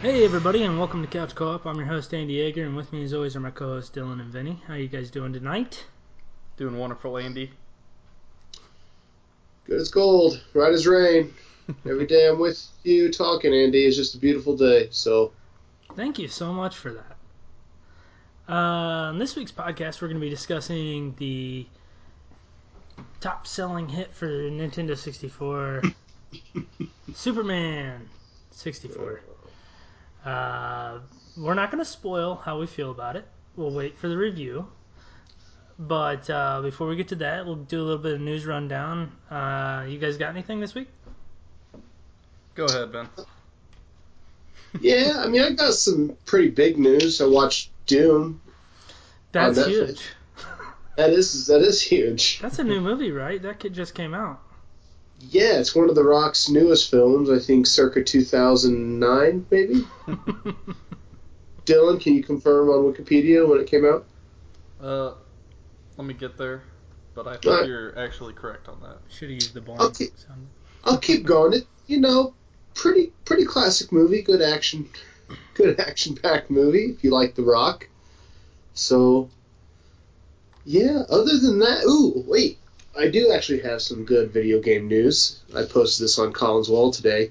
Hey everybody, and welcome to Couch Co-op. I'm your host Andy Yeager, and with me, as always, are my co-hosts Dylan and Vinny. How you guys doing tonight? Doing wonderful, Andy. Good as gold, right as rain. Every day I'm with you talking, Andy. It's just a beautiful day. So Thank you so much for that. Uh, on this week's podcast, we're going to be discussing the top-selling hit for the Nintendo 64, Superman 64. Uh, we're not going to spoil how we feel about it. We'll wait for the review. But uh, before we get to that, we'll do a little bit of news rundown. Uh, you guys got anything this week? Oh, Go ahead, Ben. yeah, I mean I got some pretty big news. I watched Doom. That's Netflix. huge. That is that is huge. That's a new movie, right? That kid just came out. Yeah, it's one of the Rock's newest films. I think circa 2009, maybe. Dylan, can you confirm on Wikipedia when it came out? Uh, let me get there, but I think Alright. you're actually correct on that. Should have used the blind Okay. I'll keep going. It, you know, pretty pretty classic movie. Good action, good action packed movie. If you like The Rock, so yeah. Other than that, ooh, wait, I do actually have some good video game news. I posted this on Colin's wall today.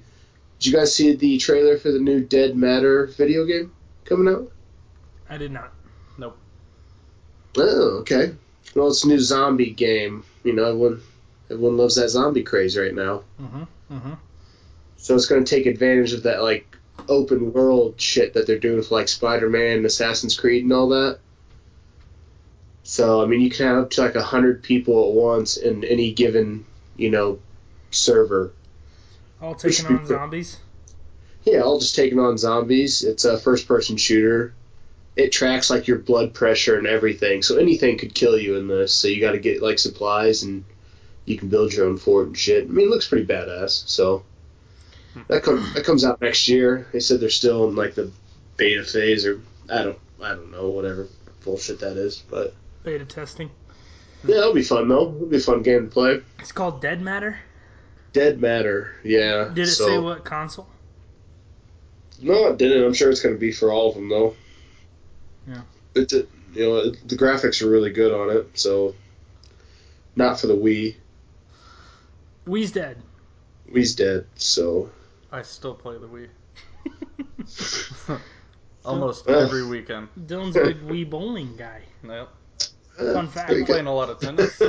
Did you guys see the trailer for the new Dead Matter video game coming out? I did not. Oh, okay. Well, it's a new zombie game. You know, everyone everyone loves that zombie craze right now. Mm-hmm. Mm-hmm. So it's going to take advantage of that like open world shit that they're doing with like Spider-Man and Assassin's Creed and all that. So I mean, you can have up to like a hundred people at once in any given you know server. All should taking be on quick. zombies. Yeah, all just taking on zombies. It's a first-person shooter. It tracks like your blood pressure and everything, so anything could kill you in this. So you got to get like supplies and you can build your own fort and shit. I mean, it looks pretty badass. So that comes that comes out next year. They said they're still in like the beta phase or I don't I don't know whatever bullshit that is, but Beta testing. yeah, it'll be fun though. It'll be a fun game to play. It's called Dead Matter. Dead Matter, yeah. Did it so- say what console? No, it didn't. I'm sure it's going to be for all of them though. Yeah. It's a, you know it- the graphics are really good on it, so not for the Wii. Wii's dead. Wii's dead, so I still play the Wii. Almost Ugh. every weekend. Dylan's a big Wii bowling guy. Yep. Fun fact. there you go. Playing a lot of tennis.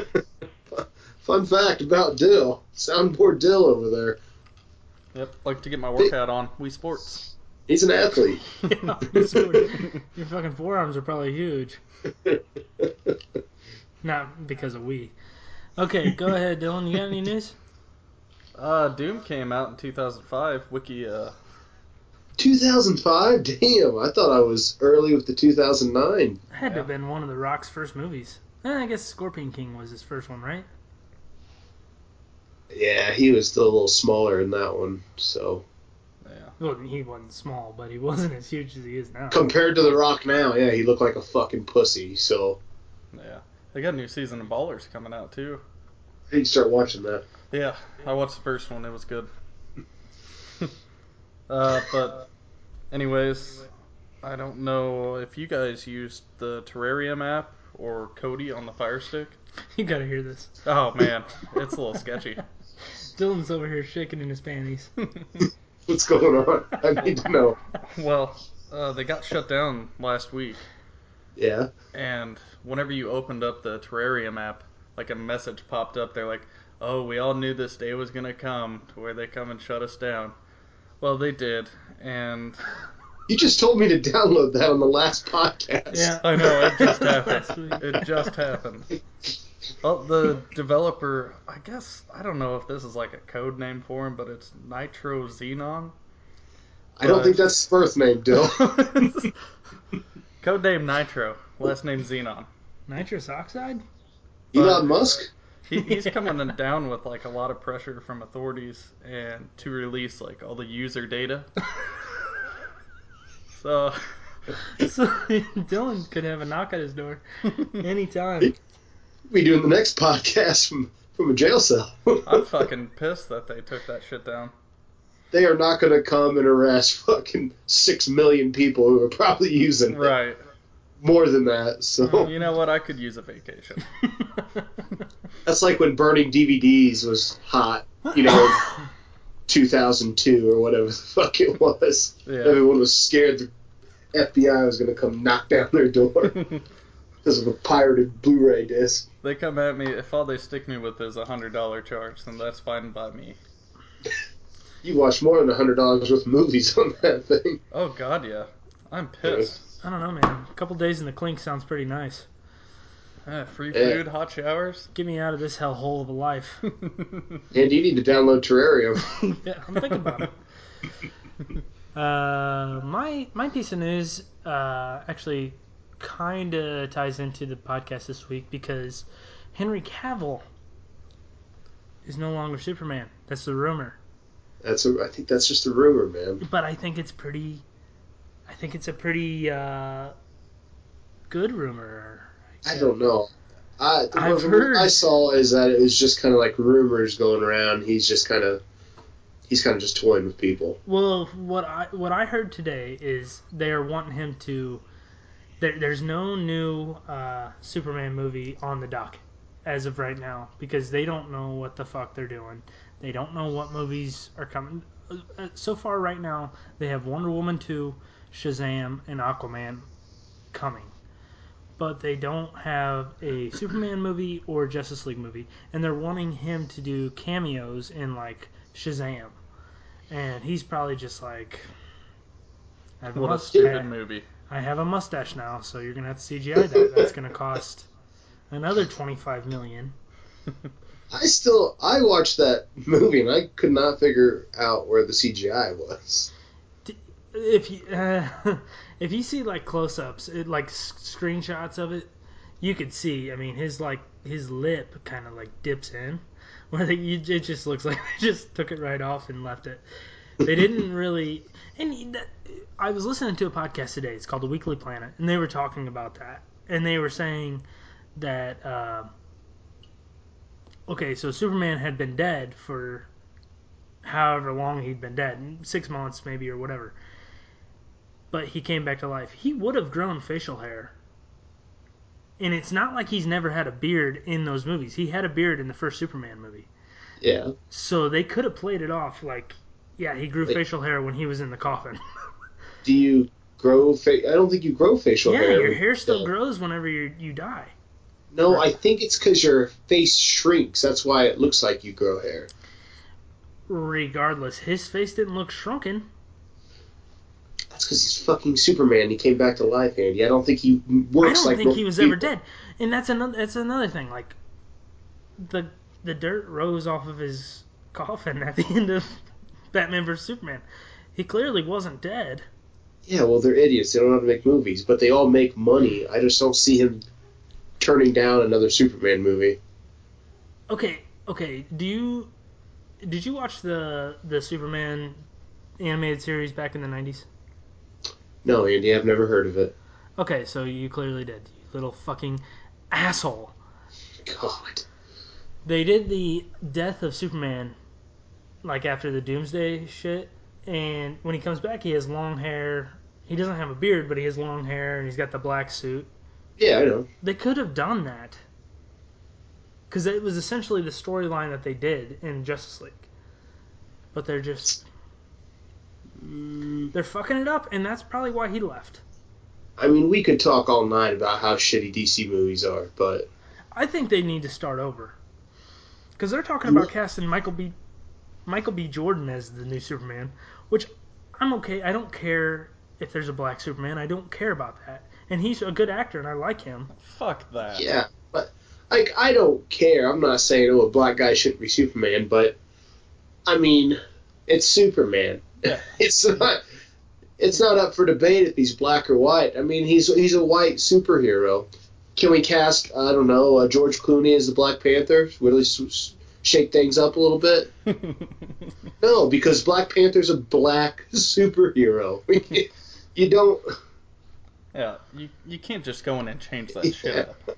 Fun fact about Dill, soundboard Dill over there. Yep. Like to get my workout on Wii Sports. He's an athlete. Yeah, that's what it- your fucking forearms are probably huge. Not because of Wii. Okay, go ahead, Dylan. You got any news? Uh, Doom came out in 2005. Wiki. Uh, 2005? Damn, I thought I was early with the 2009. It had to have Yeah. been one of the Rock's first movies. Eh, I guess Scorpion King was his first one, right? Yeah, he was still a little smaller in that one, so. yeah. Well, he wasn't small, but he wasn't as huge as he is now. Compared to The Rock now, yeah, he looked like a fucking pussy, so. Yeah. They got a new season of Ballers coming out too. I need to start watching that. Yeah, I watched the first one. It was good. uh, but, anyways, I don't know if you guys used the Terrarium app or Cody on the Fire Stick. You gotta hear this. Oh man, it's a little sketchy. Dylan's over here shaking in his panties. What's going on? I need to know. well, uh, they got shut down last week, Yeah. and whenever you opened up the Terrarium app, like a message popped up. They're like, "Oh, we all knew this day was gonna come, to where they come and shut us down." Well, they did, and You just told me to download that on the last podcast. Yeah. I know it just Last happened. week. It just happened. Well, the developer, I guess, I don't know if this is like a code name for him, but it's Nitro Xenon. I don't Uh, think that's his birth name, Dill. code name Nitro, last name Xenon. Nitrous oxide? Elon Musk? He, he's coming down with like a lot of pressure from authorities and to release like all the user data. So So Dylan could have a knock at his door anytime. We doing the next podcast from, from a jail cell. Ah, I'm fucking pissed that they took that shit down. they are not going to come and arrest fucking six million people who are probably using it. Right. Mm, more than that. So You know what? I could use a vacation. that's like when burning DVDs was hot, you know, 2002 or whatever the fuck it was. Yeah. Everyone was scared the FBI was going to come knock down their door because of a pirated Blu-ray disc. they come at me if all they stick me with is a hundred dollar charge, then that's fine by me. You watched more than a hundred dollars worth of movies on that thing. Oh God, yeah. I'm pissed. I don't know, man. A couple days in the clink sounds pretty nice. Ah, free Yeah. food, hot showers. Get me out of this hellhole of a life. And you need to download Terrarium. Yeah, I'm thinking about it. Uh, my my piece of news uh, actually kind of ties into the podcast this week because Henry Cavill is no longer Superman. That's the rumor, That's a, I think that's just a rumor, man. but I think it's pretty. I think it's a pretty uh, good rumor. I don't know. I, the I've one heard- I saw is that it was just kind of like rumors going around. He's just kind of he's kind of just toying with people. Well, what I what I heard today is they are wanting him to. There, there's no new uh, Superman movie on the dock as of right now because they don't know what the fuck they're doing. They don't know what movies are coming. Uh, uh, So far, right now, they have Wonder Woman two, Shazam, and Aquaman coming, but they don't have a Superman movie or Justice League movie, and they're wanting him to do cameos in like Shazam and he's probably just like, I have, a What a mustache. stupid movie. I have a mustache now, so you're gonna have to CGI that. That's gonna cost another 25 million. I still I watched that movie and I could not figure out where the CGI was. If you uh, if you see like close-ups, it, like s- screenshots of it, you could see. I mean, his like his lip kind of like dips in, where they, you, it just looks like they just took it right off and left it. they didn't really and that, i was listening to a podcast today it's called the weekly planet and they were talking about that and they were saying that um okay so superman had been dead for however long he'd been dead six months maybe or whatever but he came back to life he would have grown facial hair and it's not like he's never had a beard in those movies he had a beard in the first superman movie Yeah, so they could have played it off like, yeah, he grew Like- facial hair when he was in the coffin. do you grow? Fa- I don't think you grow facial yeah, hair. your hair still Yeah. grows whenever you you die. No, I think it's because your face shrinks. That's why it looks like you grow hair. Regardless, his face didn't look shrunken. That's because he's fucking Superman. He came back to life, Andy. I don't think he I works don't like. think he normal was ever people. dead. And that's another that's another thing. Like the the dirt rose off of his coffin at the end of Batman vs Superman. He clearly wasn't dead. Yeah, well, they're idiots. They don't know how to make movies, but they all make money. I just don't see him turning down another Superman movie. Okay, okay. Do you did you watch the the Superman animated series back in the nineties? No, Andy, I've never heard of it. Okay, so you clearly did, you little fucking asshole. God. They did the death of Superman, like after the Doomsday shit, and when he comes back, he has long hair. He doesn't have a beard, but he has long hair and he's got the black suit. Yeah, I know. They could have done that. Because it was essentially the storyline that they did in Justice League. But they're just. They're fucking it up, and that's probably why he left. I mean, we could talk all night about how shitty DC movies are, but I think they need to start over. Because they're talking about casting Michael B. Michael B. Jordan as the new Superman, which I'm okay. I don't care if there's a black Superman. I don't care about that. And he's a good actor, and I like him. Fuck that. yeah, but like I don't care. I'm not saying oh a black guy shouldn't be Superman, but I mean, it's Superman. Yeah. it's not. It's not up for debate if he's black or white. I mean, he's he's a white superhero. Can we cast I don't know uh, George Clooney as the Black Panther? Really s- s- shake things up a little bit? No, because Black Panther's a black superhero. We can't- you don't. yeah. You you can't just go in and change that shit Yeah. up.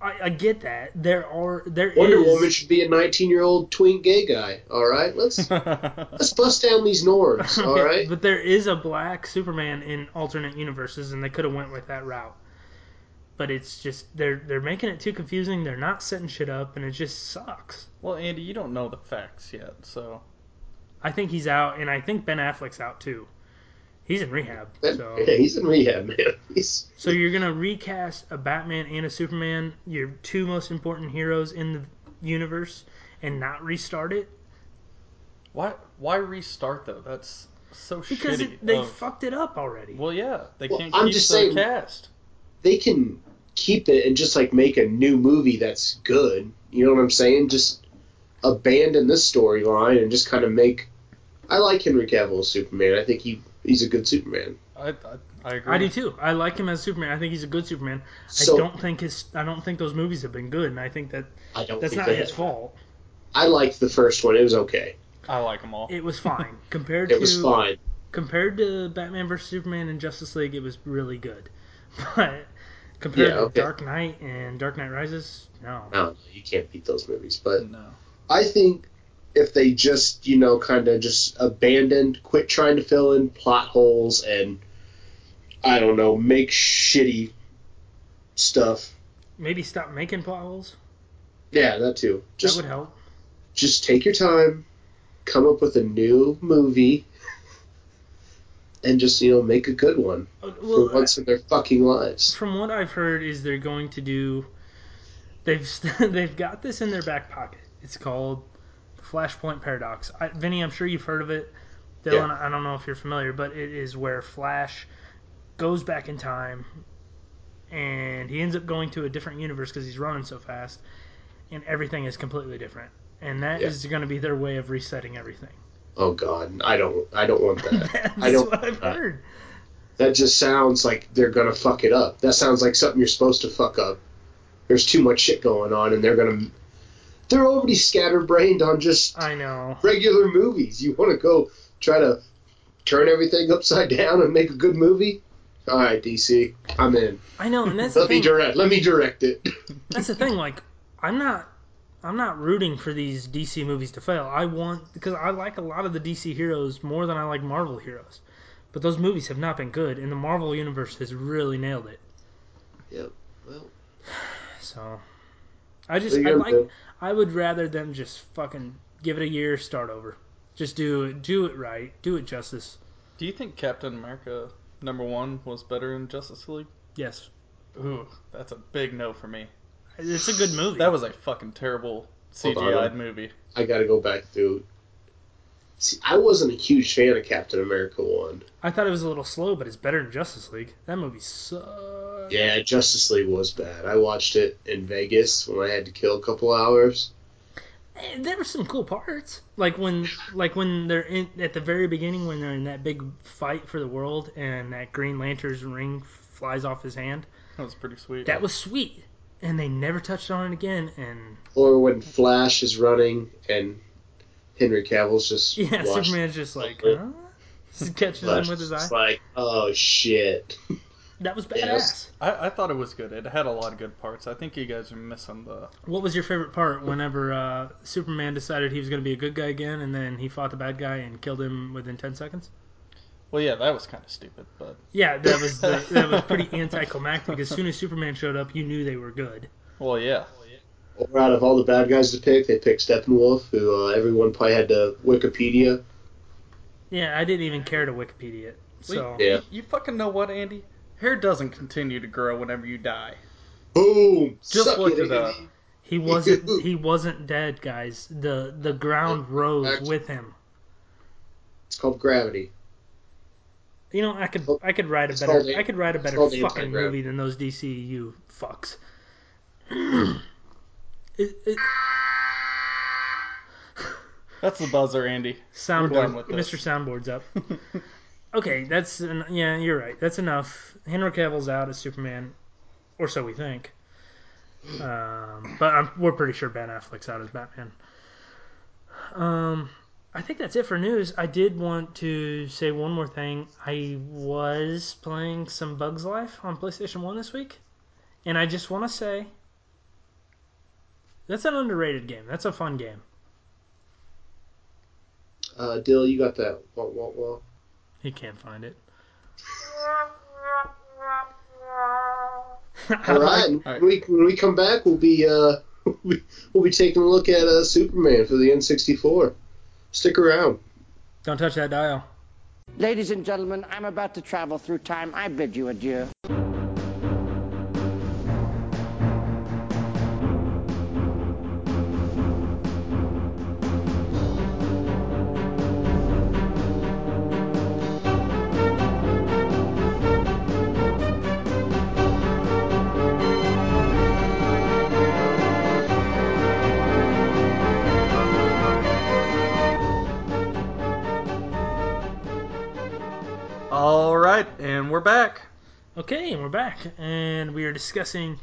I, I get that there are there is Wonder Woman should be a 19 year old tween gay guy. All right, let's let's bust down these norms. All Okay, right, But there is a black Superman in alternate universes, and they could have went with that route. But it's just they're they're making it too confusing. They're not setting shit up, and it just sucks. well, Andy, you don't know the facts yet, so I think he's out, and I think Ben Affleck's out too. He's in rehab, That- so yeah, he's in rehab, man. He's so you're gonna recast a Batman and a Superman, your two most important heroes in the universe, and not restart it why why restart though? That's so because shitty. um, it, they of- fucked it up already. well, yeah, they Well, can't I'm keep just the saying- cast. they can keep it and just like make a new movie that's good. You know what I'm saying? Just abandon this storyline and just kind of make. I like Henry Cavill as Superman. I think he he's a good Superman. I, I, I agree. I do too. I like him as Superman. I think he's a good Superman. So I don't think his I don't think those movies have been good, and I think that I don't that's think not they his have- fault. I liked the first one. It was okay. I like them all. It was fine compared It to was fine. compared to Batman vs Superman and Justice League. It was really good, but compared Yeah, to okay. Dark Knight and Dark Knight Rises, no. I don't know. You can't beat those movies, but No. I think if they just, you know, kind of just abandoned, quit trying to fill in plot holes and, I don't know, make shitty stuff. Maybe stop making plot holes. Yeah, that too. that Just, would help. just take your time, come up with a new movie, and just, you know, make a good one Uh, for Well, once in their fucking lives. from what I've heard, is they're going to do. They've st- they've got this in their back pocket. It's called the Flashpoint Paradox. I, Vinny, I'm sure you've heard of it. Dylan, I don't know if you're familiar, but it is where Flash goes back in time, and he ends up going to a different universe because he's running so fast, and everything is completely different. And that Yeah. is going to be their way of resetting everything. Oh God, I don't, I don't want that. That's I don't- what I've heard. That just sounds like they're gonna fuck it up. That sounds like something you're supposed to fuck up. There's too much shit going on, and they're gonna. They're already scatterbrained on just I know. regular movies. You want to go try to turn everything upside down and make a good movie? All right, DC, I'm in. I know, Oh, and that's the Let me thing. direct. Let me direct it. that's the thing like i'm not i'm not rooting for these dc movies to fail i want because i like a lot of the dc heroes more than i like marvel heroes but those movies have not been good and the marvel universe has really nailed it Yep, well. so i just There i you go, like Bill. i would rather them just fucking give it a year start over just do it do it right do it justice Do you think Captain America number one was better in Justice League? yes Ooh, that's a big no for me. it's a good movie That was a fucking terrible Hold on. CGI movie. I got to go back through. See, I wasn't a huge fan of Captain America one. i thought it was a little slow but it's better than justice league that movie sucks Yeah, Justice League was bad. I watched it in Vegas when I had to kill a couple hours. Eh, there were some cool parts like when like when they're in at the very beginning when they're in that big fight for the world and that green lantern's ring flies off his hand That was pretty sweet. that was sweet and they never touched on it again and Or when Flash is running and Henry Cavill's just yeah watching. superman's just like Lovely. huh? Just catches Flash him with his is eye just like, oh shit. that was badass Yeah, that's- I, I thought it was good. It had a lot of good parts. I think you guys are missing the. what was your favorite part whenever uh, superman decided he was going to be a good guy again and then he fought the bad guy and killed him within 10 seconds Well, yeah, that was kind of stupid, but yeah that was the, that was pretty anticlimactic as soon as superman showed up you knew they were good well, yeah. Or out of all the bad guys to pick, they picked Steppenwolf, who uh, everyone probably had to Wikipedia. Yeah, I didn't even care to Wikipedia it. So Well, Yeah. You, you fucking know what, Andy? Hair doesn't continue to grow whenever you die. Boom! Just Suck looked it, it up. Andy. he wasn't he wasn't dead, guys. The the ground rose with him. It's called Gravity. You know, I could I could write a It's called better the- I could write a better called the fucking anti-grav. movie than those DCU fucks. it, it, That's the buzzer, Andy. done soundboard, with Mr. this. Soundboard's up. okay, that's en- yeah, you're right. That's enough. Henry Cavill's out as Superman, or so we think. Um, but I'm, we're pretty sure Ben Affleck's out as Batman. Um, I think that's it for news. I did want to say one more thing. I was playing some Bugs Life on PlayStation One this week, and I just want to say That's an underrated game. That's a fun game. Uh, Dill, you got that? Wah, wah, wah. He can't find it. All right. All right. When, we, when we come back, we'll be uh, we'll be taking a look at uh, Superman for the N64. Stick around. Don't touch that dial. Ladies and gentlemen, I'm about to travel through time. I bid you adieu. All right, and we're back. Okay, and we're back, and we are discussing.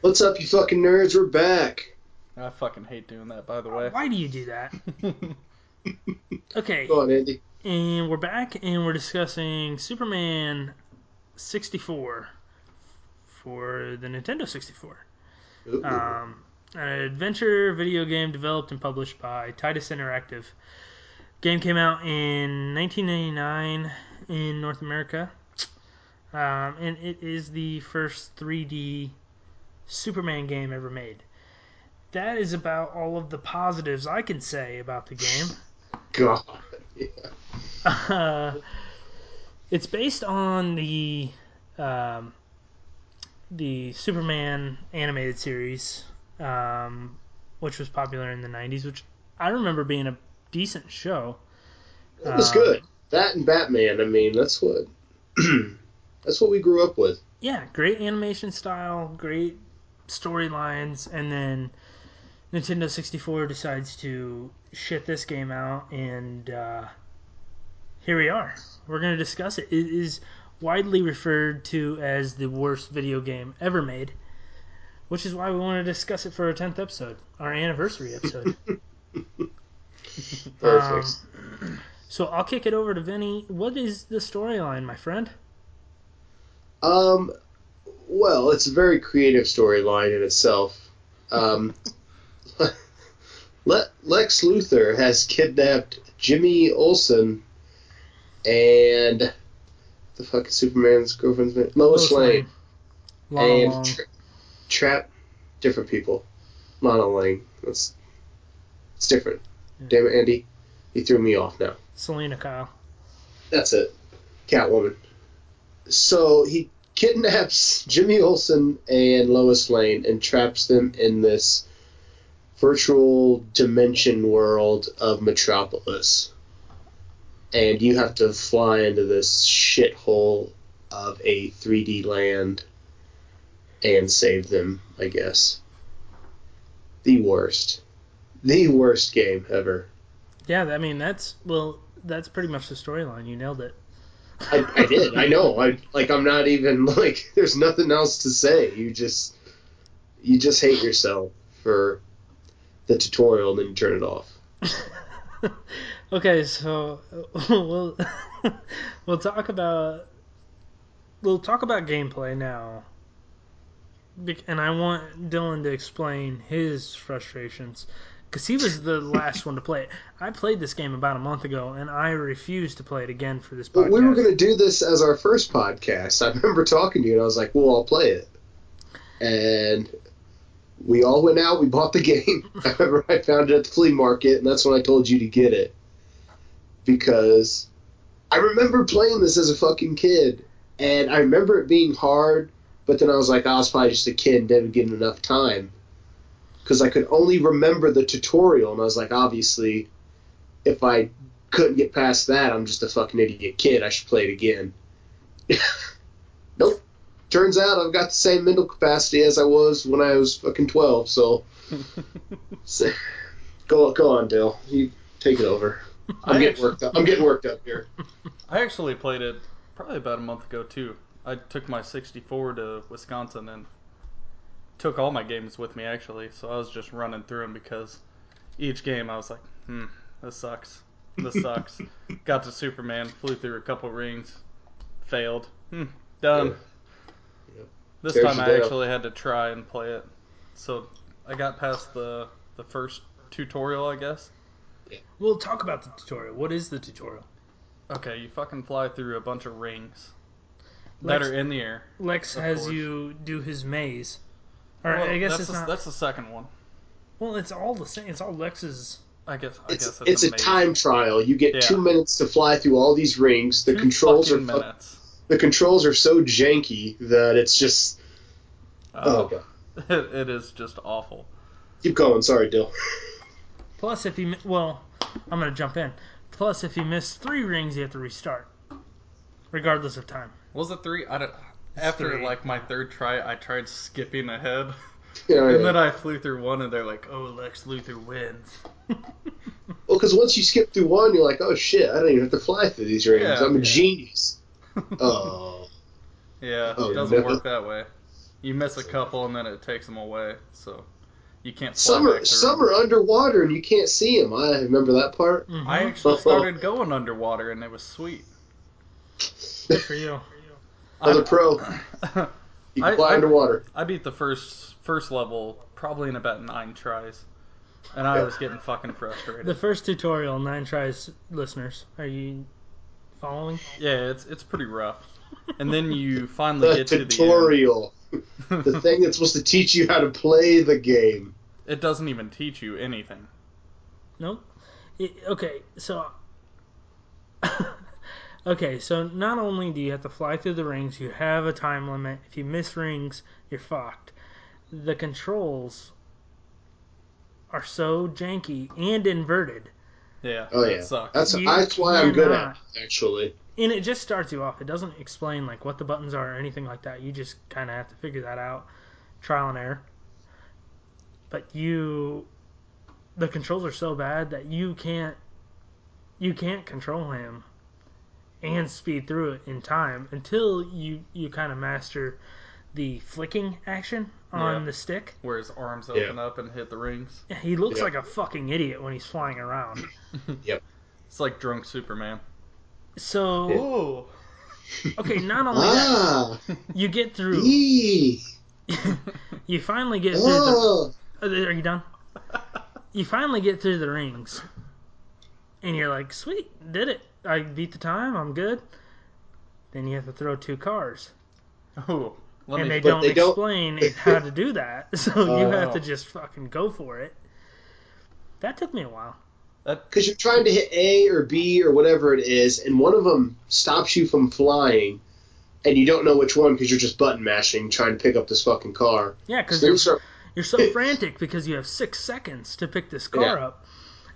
What's up, you fucking nerds? We're back. I fucking hate doing that, by the way. Why do you do that? Okay, Go on, Andy. and we're back, and we're discussing Superman 64 for the Nintendo 64. Ooh. um, an adventure video game developed and published by Titus Interactive. Game came out in 1999 in North America, um, and it is the first 3D Superman game ever made. That is about all of the positives I can say about the game. God. Uh, it's based on the um, the Superman animated series, um, which was popular in the '90s, which I remember being a decent show. That was Um, good. That and Batman. I mean, that's what that's what we grew up with. Yeah, great animation style, great storylines, and then Nintendo 64 decides to shit this game out, and uh, here we are. We're going to discuss it. It is widely referred to as the worst video game ever made, which is why we want to discuss it for our 10th episode, our anniversary episode. Perfect. so I'll kick it over to Vinny. What is the storyline, my friend? Um, well, it's a very creative storyline in itself. Um, Le- Lex Luthor has kidnapped Jimmy Olsen and the fucking Superman's girlfriend's name, Lois, Lois Lane, Long, long. and tra- trap different people. Lana Lane. That's it's different. Damn it, Andy, you threw me off now. Selena Kyle. That's it. Catwoman. So he kidnaps Jimmy Olsen and Lois Lane and traps them in this virtual dimension world of Metropolis. And you have to fly into this shithole of a 3D land and save them, I guess. The worst. The worst game ever. Yeah, I mean that's well, that's pretty much the storyline. You nailed it. I, I did. I know. I like. I'm not even like. There's nothing else to say. You just, you just hate yourself for the tutorial, and then you turn it off. okay, so we'll we'll talk about we'll talk about gameplay now, Bec- and I want Dylan to explain his frustrations because he was the last one to play it. I played this game about a month ago, and I refused to play it again for this podcast. But we were gonna do this as our first podcast. I remember talking to you, and I was like, "Well, I'll play it." And we all went out. We bought the game. I remember I found it at the flea market, and that's when I told you to get it because I remember playing this as a fucking kid, and I remember it being hard. But then I was like, I was probably just a kid and didn't get enough time because I could only remember the tutorial, and I was like, obviously, if I couldn't get past that, I'm just a fucking idiot kid. I should play it again. nope. Turns out I've got the same mental capacity as I was when I was fucking 12. So, so go go on, Dale. You take it over. I'm getting worked up. I'm getting worked up here. I actually played it probably about a month ago too. I took my 64 to Wisconsin and took all my games with me actually. So I was just running through them because each game I was like, hmm, this sucks. This sucks. Got to Superman, flew through a couple rings, failed. Hmm, done. Yeah. This Tears time you I down. actually had to try and play it. So I got past the the first tutorial, I guess. We'll talk about the tutorial. What is the tutorial? Okay, you fucking fly through a bunch of rings Lex, that are in the air. Lex of has course. you do his maze. Or Well, I guess that's it's the, not. that's the second one. Well, it's all the same. It's all Lex's. I guess. I It's, guess it's a maze. time trial. You get Yeah. two minutes to fly through all these rings. The Two controls are fucking fu- minutes. the controls are so janky that it's just oh, god. Uh, It, it is just awful. Keep going. Sorry, Dill. Plus, if he mi- well, I'm gonna jump in. Plus, if you miss three rings, you have to restart, regardless of time. Was it three? I don't. After three. like my third try, I tried skipping ahead, Yeah, and yeah. then I flew through one, and they're like, "Oh, Lex Luthor wins." Well, because once you skip through one, you're like, oh shit, I don't even have to fly through these rings. Yeah, I'm a yeah. genius. oh. Yeah, Oh, it doesn't no. work that way. You miss a couple, and then it takes them away, so you can't. Fly Some back are, through. some are underwater and you can't see them. I remember that part. Mhm. I actually started going underwater, and it was sweet. Good for you. As a pro, you can I- fly I- underwater. I beat the first first level probably in about nine tries, and I was getting fucking The frustrated. first tutorial, nine tries, listeners. Are you following? Yeah, it's it's pretty rough. And then you finally The get to uh, tutorial, the end. the thing that's supposed to teach you how to play the game. It doesn't even teach you anything. Nope. It, okay, so. okay, so not only do you have to fly through the rings, you have a time limit. If you miss rings, you're fucked. The controls are so janky and inverted. Yeah, Oh that yeah, sucks. that's You that's why I'm good at cannot. it, actually. And it just starts you off. It doesn't explain like what the buttons are or anything like that. You just kind of have to figure that out, trial and error. But you, the controls are so bad that you can't, you can't control him, and speed through it in time until you you kind of master the flicking action on Yeah. the stick. Where his arms Yeah. open up and hit the rings. He looks Yeah. like a fucking idiot when he's flying around. It's like drunk Superman. So Oh, okay, not only that, Ah, you get through, ee, you finally get through the oh, Are they- are you done? you finally get through the rings, and you're like, "Sweet, did it! I beat the time. I'm good." Then you have to throw two cars, oh. Let and me. they But don't they don't- explain how to do that, so you have Oh. to just fucking go for it. That took me a while. because you're trying to hit A or B or whatever it is, and one of them stops you from flying, and you don't know which one because you're just button mashing trying to pick up this fucking car. Yeah, because So you you're, start you're so frantic because you have six seconds to pick this car Yeah. up,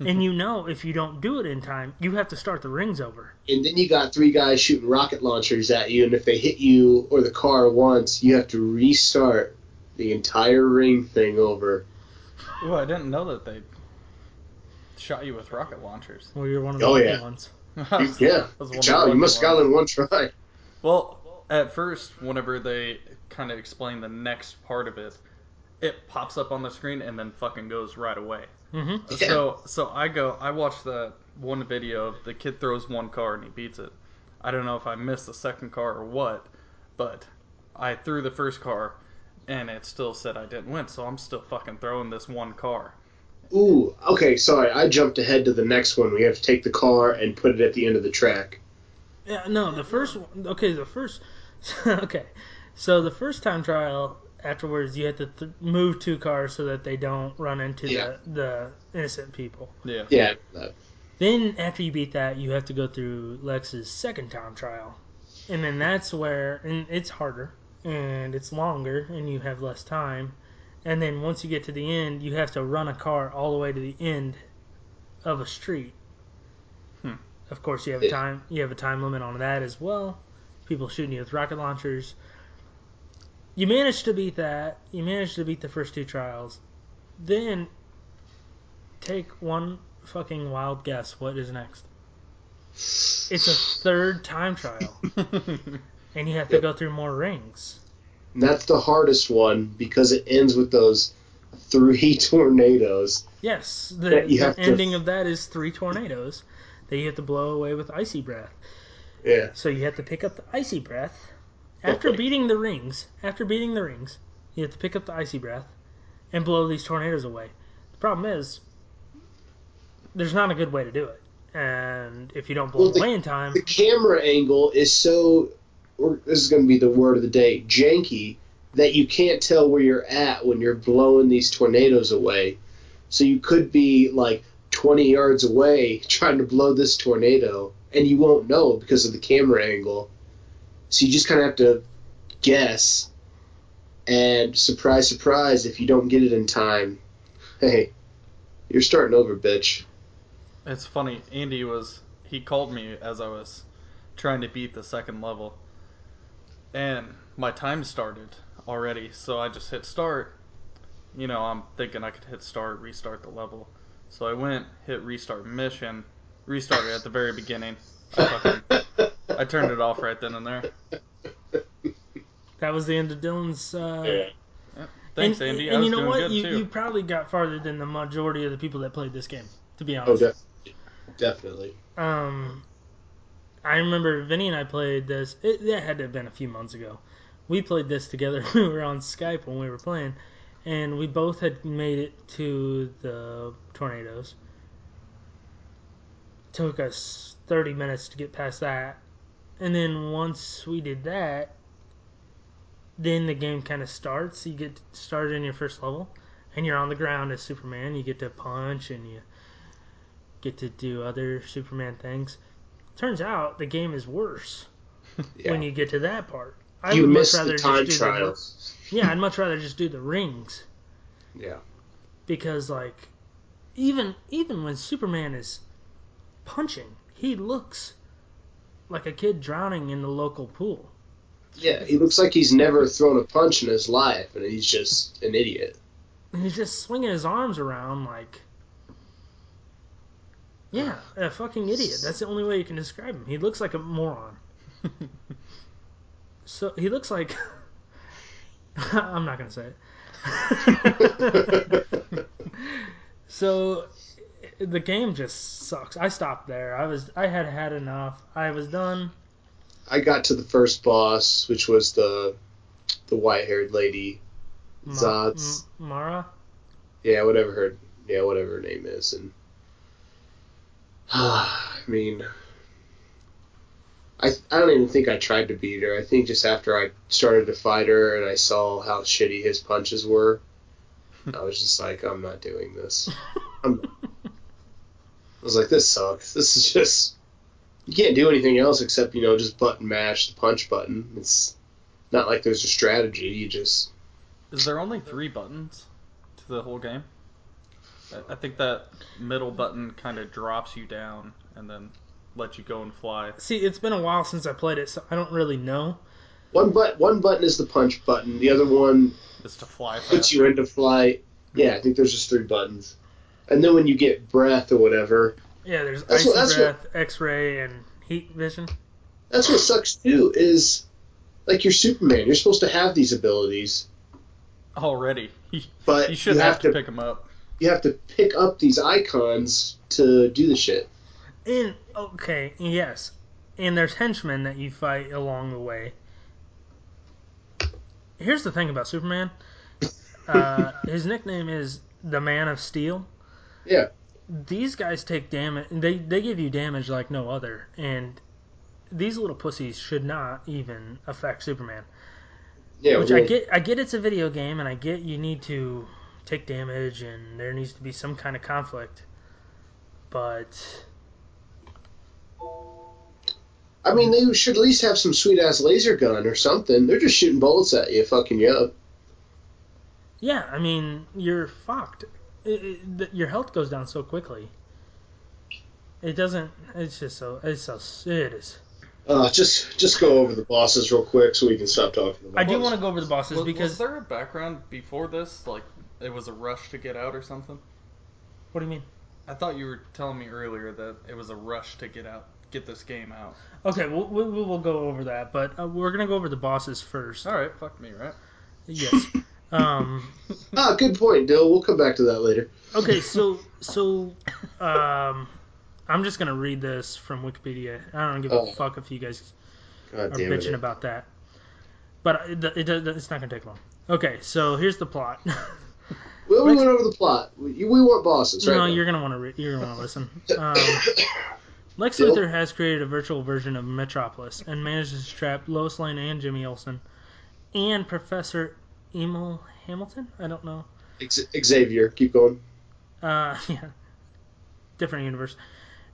and you know if you don't do it in time, you have to start the rings over. and then you got three guys shooting rocket launchers at you, and if they hit you or the car once, you have to restart the entire ring thing over. Oh, I didn't know that they shot you with rocket launchers. Well, you're one of the Oh, lucky yeah. ones. Yeah, That's good one job. You lucky must have one. got in one try. Well, at first, whenever they kind of explain the next part of it, it pops up on the screen and then fucking goes right away. hmm Yeah. So, so I go, I watched that one video of the kid throws one car and he beats it. I don't know if I missed the second car or what, but I threw the first car and it still said I didn't win, so I'm still fucking throwing this one car. Ooh, okay, sorry, I jumped ahead to the next one. We have to take the car and put it at the end of the track. Yeah, no, the first one. Okay, the first. okay, so the first time trial afterwards, you have to th- move two cars so that they don't run into Yeah. the, the innocent people. Yeah. Yeah, uh, Then after you beat that, you have to go through Lex's second time trial, and then that's where and it's harder and it's longer and you have less time, and then once you get to the end, you have to run a car all the way to the end of a street. Hmm. Of course, you have It- a time you have a time limit on that as well. People shooting you with rocket launchers. You manage to beat that. You manage to beat the first two trials. Then take one fucking wild guess what is next. It's a third time trial, and you have to go through more rings. and that's the hardest one because it ends with those three tornadoes. Yes, the, That you the have to- ending of that is three tornadoes that you have to blow away with icy breath. Yeah. So you have to pick up the icy breath after Okay. beating the rings. After beating the rings, you have to pick up the icy breath, and blow these tornadoes away. The problem is, there's not a good way to do it. And if you don't blow Well, it the- away in time, The camera angle is so, or this is going to be the word of the day, janky, that you can't tell where you're at when you're blowing these tornadoes away. So you could be like 20 yards away trying to blow this tornado, and you won't know because of the camera angle. So you just kind of have to guess. And surprise, surprise, if you don't get it in time, hey, you're starting over, bitch. It's funny. Andy was he called me as I was trying to beat the second level, and my time started already. So I just hit start. You know, I'm thinking I could hit start, restart the level. So I went, hit restart mission, restarted at the very beginning. I, fucking, I turned it off right then and there. that was the end of Dylan's. Uh, Thanks, and, Andy. And I was you know doing what? good you, too. you probably got farther than the majority of the people that played this game. To be honest, Oh, de- definitely. um, I remember Vinny and I played this. It, that had to have been a few months ago. We played this together. we were on Skype when we were playing, and we both had made it to the tornadoes. Took us 30 minutes to get past that, and then once we did that, then the game kind of starts. You get started in your first level, and you're on the ground as Superman. You get to punch and you get to do other Superman things. Turns out the game is worse Yeah. when you get to that part. I you would much missed rather the time just do trial. The, yeah, I'd much rather just do the rings Yeah. because like even even when Superman is punching, he looks like a kid drowning in the local pool. Yeah, he looks like he's never thrown a punch in his life, and he's just an idiot. And he's just swinging his arms around like yeah, a fucking idiot. That's the only way you can describe him. He looks like a moron. So he looks like I'm not gonna say it. so the game just sucks. I stopped there. I was I had had enough. I was done. I got to the first boss, which was the the white haired lady. Ma- Zods. M- Mara. Yeah, whatever her yeah, whatever her name is, and I mean I I don't even think I tried to beat her. I think just after I started to fight her and I saw how shitty his punches were, Hmm. I was just like, I'm not doing this. I'm I Um, was like, this sucks. This is just you can't do anything else except you know just button mash the punch button. It's not like there's a strategy. You just Is there only three buttons to the whole game? I- I think that middle button kind of drops you down and then lets you go and fly. See, it's been a while since I played it, so I don't really know. one but one button is the punch button. The other one Is to fly puts fast. you into flight. Yeah, I think there's just three buttons. And then when you get breath or whatever, Yeah, there's That's icy what- that's what- breath, X-ray, and heat vision. that's what sucks too. Is like you're Superman. You're supposed to have these abilities, already. You, but you should you have, to, pick 'em pick them up. you have to pick up these icons to do the shit. And okay, yes, and there's henchmen that you fight along the way. Here's the thing about Superman. Uh, his nickname is the Man of Steel. Yeah. These guys take damage. They they give you damage like no other, and these little pussies should not even affect Superman. Oh, Yeah, Which well, I get. I get it's a video game, and I get you need to take damage, and there needs to be some kind of conflict. But I mean, they should at least have some sweet ass laser gun or something. They're just shooting bullets at you, fucking you up. Yeah, I mean, you're fucked. It, it, th- your health goes down so quickly. It doesn't. It's just so. It's so. It is. Uh, just just go over the bosses real quick so we can stop talking. About I do them. want to go over the bosses Was, because. was there a background before this? Like, it was a rush to get out or something? What do you mean? I thought you were telling me earlier that it was a rush to get out, get this game out. Okay, we'll, we'll, we'll go over that, but uh, we're gonna go over the bosses first. All right, fuck me, right? Yes. um. Ah, good point, Dill. We'll come back to that later. Okay, so so, um, I'm just gonna read this from Wikipedia. I don't give Oh. a fuck if you guys God are damn it. bitching about that. uh, But it, it, it's not going to take long. Okay, so here's the plot. Well, we went over the plot. We, we weren't bosses, right? no, now. you're gonna want to re- you're gonna want to listen. Um, Lex Yep. Luthor has created a virtual version of Metropolis and manages to trap Lois Lane and Jimmy Olsen and Professor Emil Hamilton. I don't know. Ex- Xavier, keep going. Uh, yeah, different universe.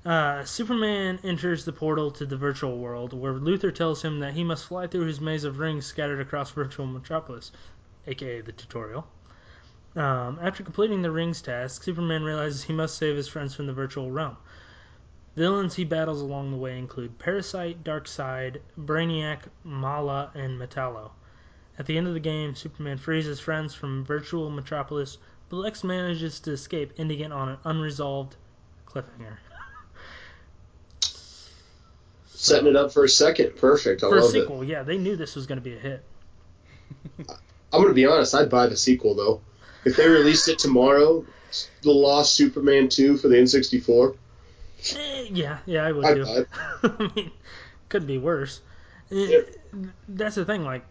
Uh, Superman enters the portal to the virtual world, where Luthor tells him that he must fly through his maze of rings scattered across virtual Metropolis, aka the tutorial. Um, after completing the rings task, Superman realizes he must save his friends from the virtual realm. Villains he battles along the way include Parasite, Darkseid, Brainiac, Mala, and Metallo. At the end of the game, Superman frees his friends from virtual Metropolis but Lex manages to escape, ending it on an unresolved cliffhanger. Setting it up for a second. Perfect. I For a love it. sequel, yeah, they knew this was going to be a hit. I'm going to be honest. I'd buy the sequel, though. If they released it tomorrow, s- The Lost Superman 2 for the N64, Eh, Yeah, yeah, I would I'd too. buy it. I mean, could be worse. Yeah. Eh, That's the thing. Like,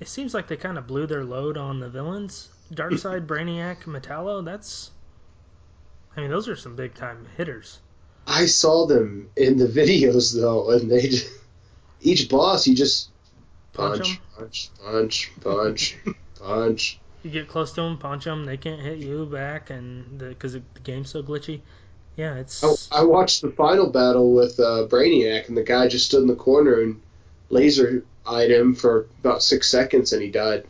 it seems like they kind of blew their load on the villains. Darkseid, Brainiac, Metallo. That's, I mean, those are some big time hitters. I saw them in the videos, though, and they j- each boss, you just Punch punch, 'em. punch, punch, punch, punch. You get close to them, punch them. They can't hit you back, and because the, game's so glitchy. Yeah, it's. I, I watched the final battle with uh, Brainiac, and the guy just stood in the corner and laser eyed him for about six seconds, and he died.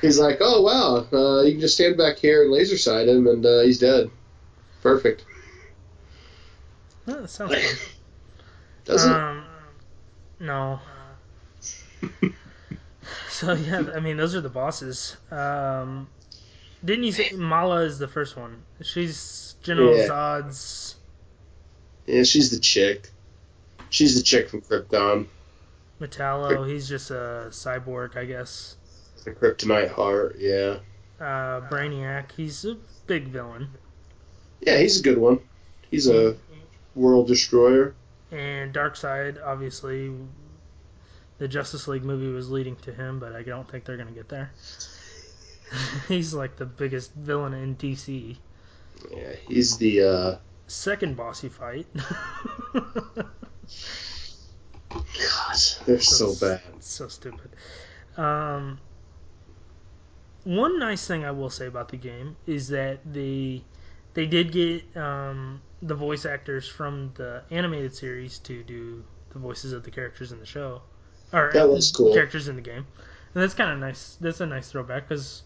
He's like, "Oh wow, uh, you can just stand back here and laser sight him, and uh, he's dead. Perfect, That sounds fun. doesn't it? Um, no. so yeah, I mean those are the bosses. Um, didn't you say Mala is the first one? She's General Yeah. Zod's. Yeah, she's the chick. She's the chick from Krypton, Metallo, he's just a cyborg, I guess. the Kryptonite heart. Yeah, Uh, Brainiac, he's a big villain, yeah, he's a good one. He's a world destroyer. and Darkseid, obviously. The Justice League movie was leading to him, but I don't think they're gonna get there. he's like the biggest villain in DC. Yeah, he's the uh, second bossy fight. God. They're so bad. So stupid. Um, one nice thing I will say about the game is that the they did get um, the voice actors from the animated series to do the voices of the characters in the show, or That was cool. characters in the game, and that's kind of nice. That's a nice throwback because,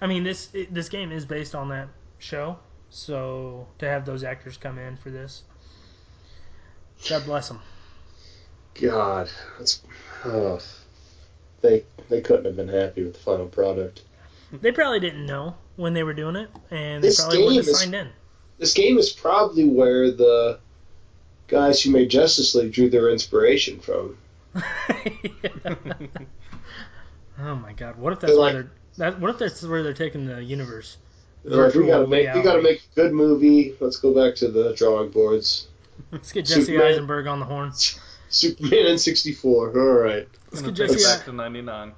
I mean this it, this game is based on that show, so to have those actors come in for this, God bless them. God, that's oh, they they couldn't have been happy with the final product. They probably didn't know when they were doing it, and This they probably wouldn't have game is- signed in. This game is probably where the guys who made Justice League drew their inspiration from. Oh my god! What if that's They're where like- they're that, what if that's where they're taking the universe? They're like, we gotta Virtual make we gotta reality. make a good movie. Let's go back to the drawing boards. Let's get Jesse Superman. Eisenberg on the horn. Superman in '64. All right, Let's It's get gonna take Jesse. it Jesse- back to '99.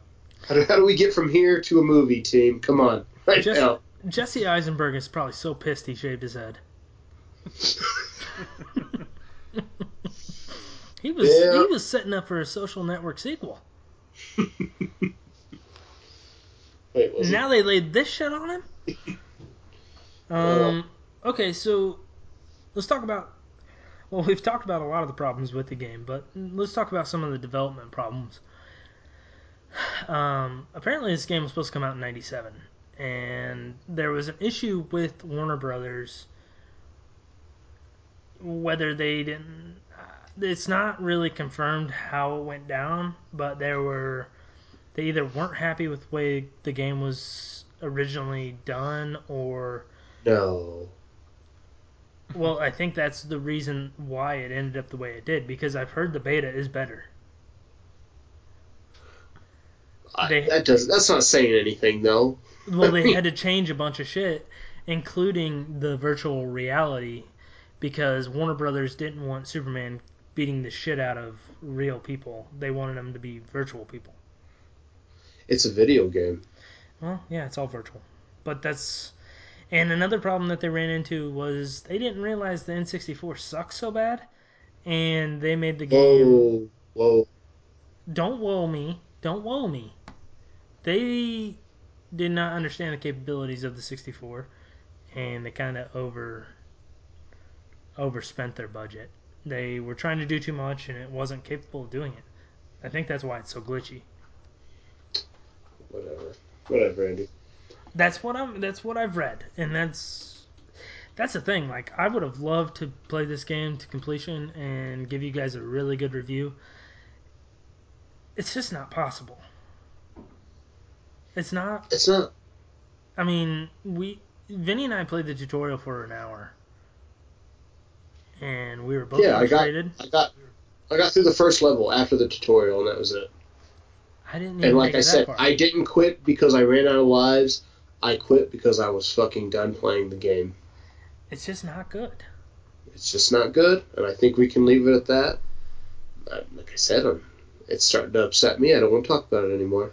how do, how do we get from here to a movie team? Come on, right Jesse- now. Jesse Eisenberg is probably so pissed he shaved his head. He was Yeah. he was setting up for a social network sequel. Wait, was it? Now they laid this shit on him. Um. Okay, so let's talk about. Well, we've talked about a lot of the problems with the game, but let's talk about some of the development problems. Um, apparently, this game was supposed to come out in '97, and there was an issue with Warner Brothers. Whether they didn't, uh, it's not really confirmed how it went down, but there were they either weren't happy with the way the game was originally done or No. well i think that's the reason why it ended up the way it did because i've heard the beta is better I- They- that does That's not saying anything, though. well they had to change a bunch of shit including the virtual reality because warner brothers didn't want superman beating the shit out of real people they wanted them to be virtual people It's a video game. Well, yeah, it's all virtual. But that's and another problem that they ran into was they didn't realize the N64 sucks so bad and they made the game Whoa, whoa. Don't woe me. Don't woe me. They did not understand the capabilities of the 64 and they kind of over overspent their budget. They were trying to do too much and it wasn't capable of doing it. I think that's why it's so glitchy. Whatever. Whatever, Andy. That's what I'm. That's what I've read, and that's that's the thing. Like I would have loved to play this game to completion and give you guys a really good review. It's just not possible. It's not. It's not. I mean, we Vinny and I played the tutorial for an hour, and we were both Yeah, I got- frustrated. I got. I got through the first level after the tutorial, and that was it. I, didn't. Even And like make it Hmm, I that said, far. I didn't quit because I ran out of lives. I quit because I was fucking done playing the game. it's just not good. It's just not good, and I think we can leave it at that. I, like I said, i it's starting to upset me. I don't want to talk about it anymore.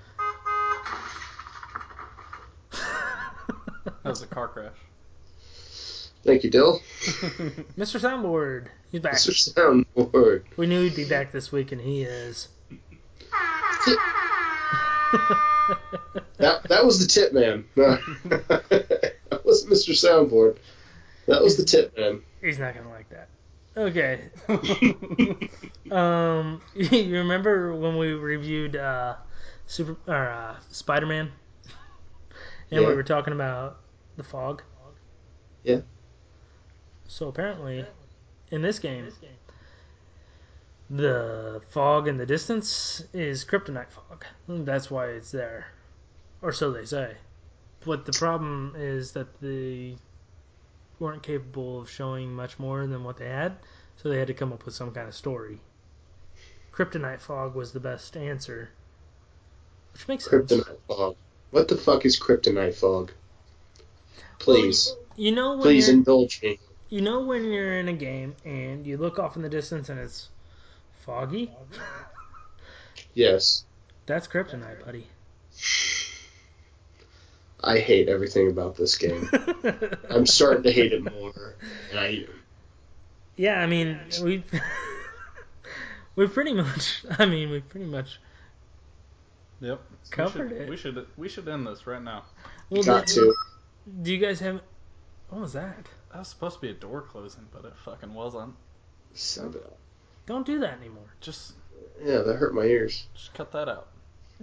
That was a car crash. Thank you, Dill. Mr. Soundboard, he's back. Mr. Soundboard. We knew he'd be back this week, and he is. That that was the tip man. that was Mr. Soundboard. That was the tip man. He's not gonna like that. Okay. Um, you remember when we reviewed uh, Super or uh, Spider Man, and we Yeah. were talking about the fog. Yeah. So apparently, in this game, the fog in the distance is kryptonite fog. That's why it's there, or so they say. But the problem is that they weren't capable of showing much more than what they had, so they had to come up with some kind of story. Kryptonite fog was the best answer, which makes sense. Kryptonite fog. What the fuck is kryptonite fog? Please, You know when please you're- indulge me. you know when you're in a game and you look off in the distance and it's foggy. Yes, That's kryptonite, buddy. I hate everything about this game. I'm starting to hate it more. And I, Yeah, I mean, we we pretty much. I mean, we pretty much. Yep. Covered we should, it. We should we should end this right now. Well, got do, to. do you guys have? What was that? That was supposed to be a door closing, but it fucking wasn't. Don't do that anymore. Just Yeah, that hurt my ears. just cut that out.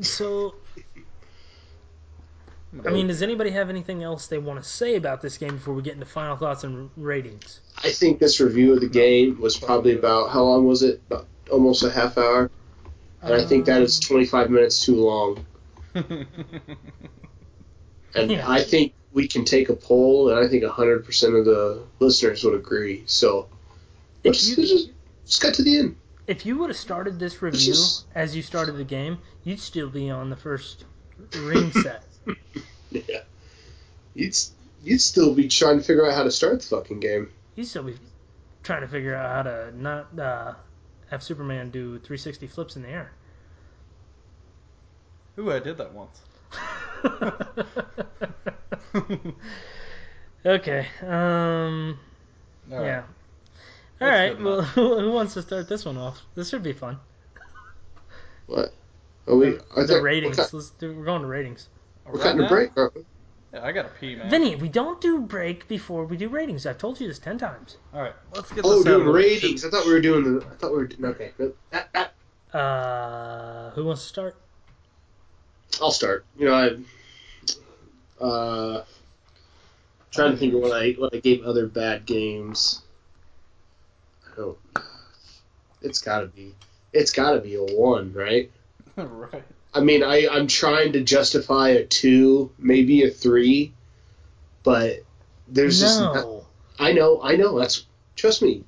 So, I mean, does anybody have anything else they want to say about this game before we get into final thoughts and ratings? I think this review of the game was probably about how long was it? About almost a half hour. And I think that is 25 minutes too long. And Yeah. I think we can take a poll, and I think 100% of the listeners would agree. So If let's, you- let's just, just cut to the end. If you would have started this review just- as you started the game, you'd still be on the first ring set. Yeah. You'd, s- you'd still be trying to figure out how to start the fucking game. You'd still be trying to figure out how to not uh, have Superman do 360 flips in the air. Ooh, I did that once. okay. Um. All right. yeah. All right. That's good Well, enough. who wants to start this one off? This should be fun. Are we, The, are the there- ratings. We're, cut, Let's do, we're going to ratings. we're Right cutting a now? break, aren't we? Yeah, I gotta pee, man. Vinny, we don't do break before we do ratings. I've told you this ten times. All right, let's get Oh, this out doing of the way. ratings. I thought we were doing. The, I thought we were. Okay. Nope. Ah, ah. Uh, who wants to start? I'll start. You know, I uh, trying to think of what I what I gave other bad games. I don't. It's gotta be. It's gotta be a one, right? right. I mean, I I'm trying to justify a two, maybe a three, but there's just not- no. I know, I know. That's trust me.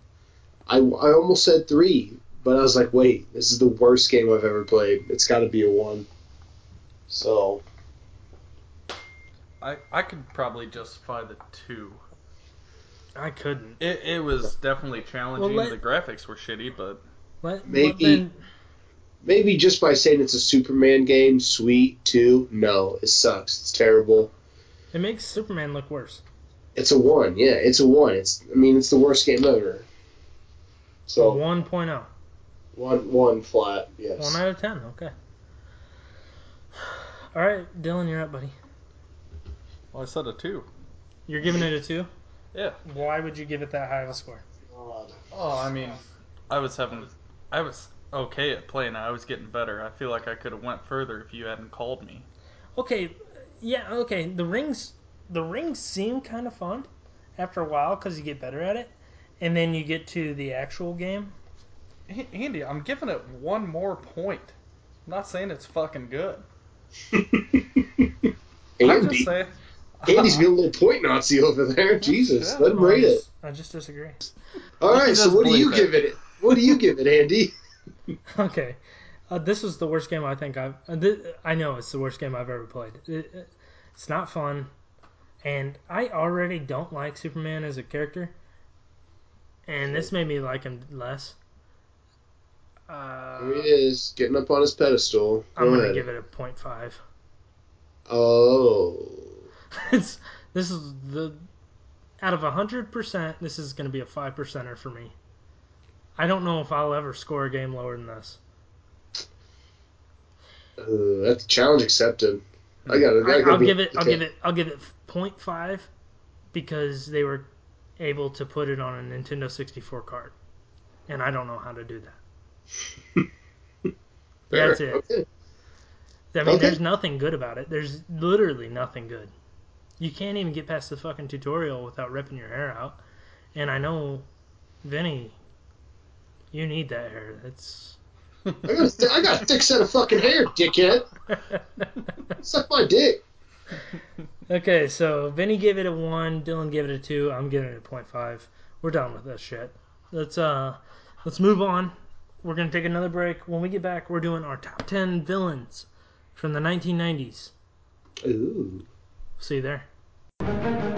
I I almost said three, but I was like, wait, this is the worst game I've ever played. It's got to be a one. So I I could probably justify the two. I couldn't. It, it was definitely challenging. Well, let- the graphics were shitty, but Let, Maybe- let Ben- maybe just by saying it's a Superman game, sweet too. No, it sucks. It's terrible. It makes Superman look worse. It's a one. Yeah, it's a one. It's I mean it's the worst game ever. So one 1.0. one, flat. Yes. oh. One out of ten. Okay. All right, Dylan, you're up, buddy. Well, I said a two. You're giving it a two. Yeah. Why would you give it that high of a score? God. Oh, I mean, I was having, I was okay at playing. I was getting better. I feel like I could have went further if you hadn't called me. Okay, yeah, okay. The rings, the rings seem kind of fun after a while because you get better at it, and then you get to the actual game. A- Andy, I'm giving it one more point. I'm not saying it's fucking good. I'm Andy, just saying. Andy's being a little point Nazi over there. Jesus, shit. let him rate it. I just disagree. All right, so does what do you believe give it? What do you give it, Andy? Okay, uh, this was the worst game I think I've. Uh, th- I know it's the worst game I've ever played. It, it- it's not fun, and I already don't like Superman as a character, and this made me like him less. Uh, Here he is, getting up on his pedestal. Go I'm gonna ahead. give it a point five. Oh. it's this is the out of hundred percent, this is going to be a five percenter for me. I don't know if I'll ever score a game lower than this. Uh, that's challenge accepted. I got it. I, I I'll gotta be- give it. I'll okay. give it. I'll give it 0.5 because they were able to put it on a Nintendo 64 card, and I don't know how to do that. Fair. That's it. Okay. I mean, Okay. there's nothing good about it. There's literally nothing good. You can't even get past the fucking tutorial without ripping your hair out. And I know, Vinny, you need that hair. That's I got, a th- I got a thick set of fucking hair, dickhead. Suck my dick. Okay, so Vinny gave it a one, Dylan gave it a two, I'm giving it a point five. We're done with this shit. Let's uh let's move on. We're gonna take another break. When we get back, we're doing our top ten villains from the nineteen nineties. Ooh. See you there.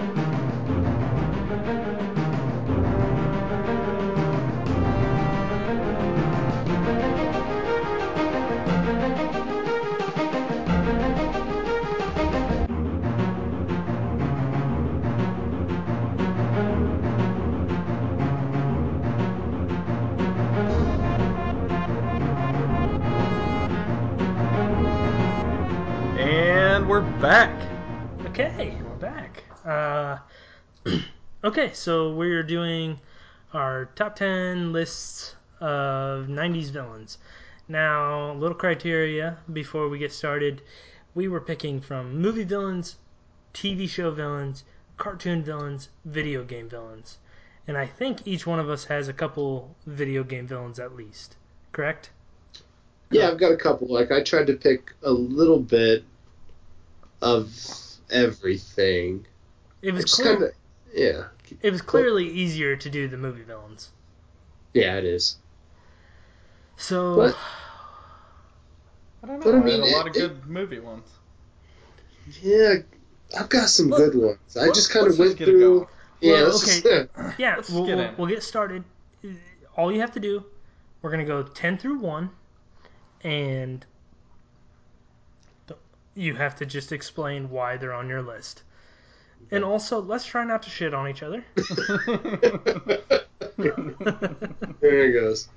And we're back. Okay, we're back. Uh okay, so we're doing our top ten lists of nineties villains. Now, a little criteria before we get started. We were picking from movie villains, TV show villains, cartoon villains, video game villains. And I think each one of us has a couple video game villains at least. Correct? Yeah, I've got a couple. Like I tried to pick a little bit of everything. It was It's clear, kind of yeah, it was clearly easier to do the movie villains. yeah, it is. So But I don't know. But I I, mean, had a lot of it- good movie ones. yeah, I've got some Well, good ones. I Well, just kind let's of went get it through. going. Yeah, Well, let's okay. just- Yeah, Let's we'll, get we'll, in. we'll get started. All you have to do, we're going to go 10 through 1, and th- you have to just explain why they're on your list. And also, let's try not to shit on each other. there it goes.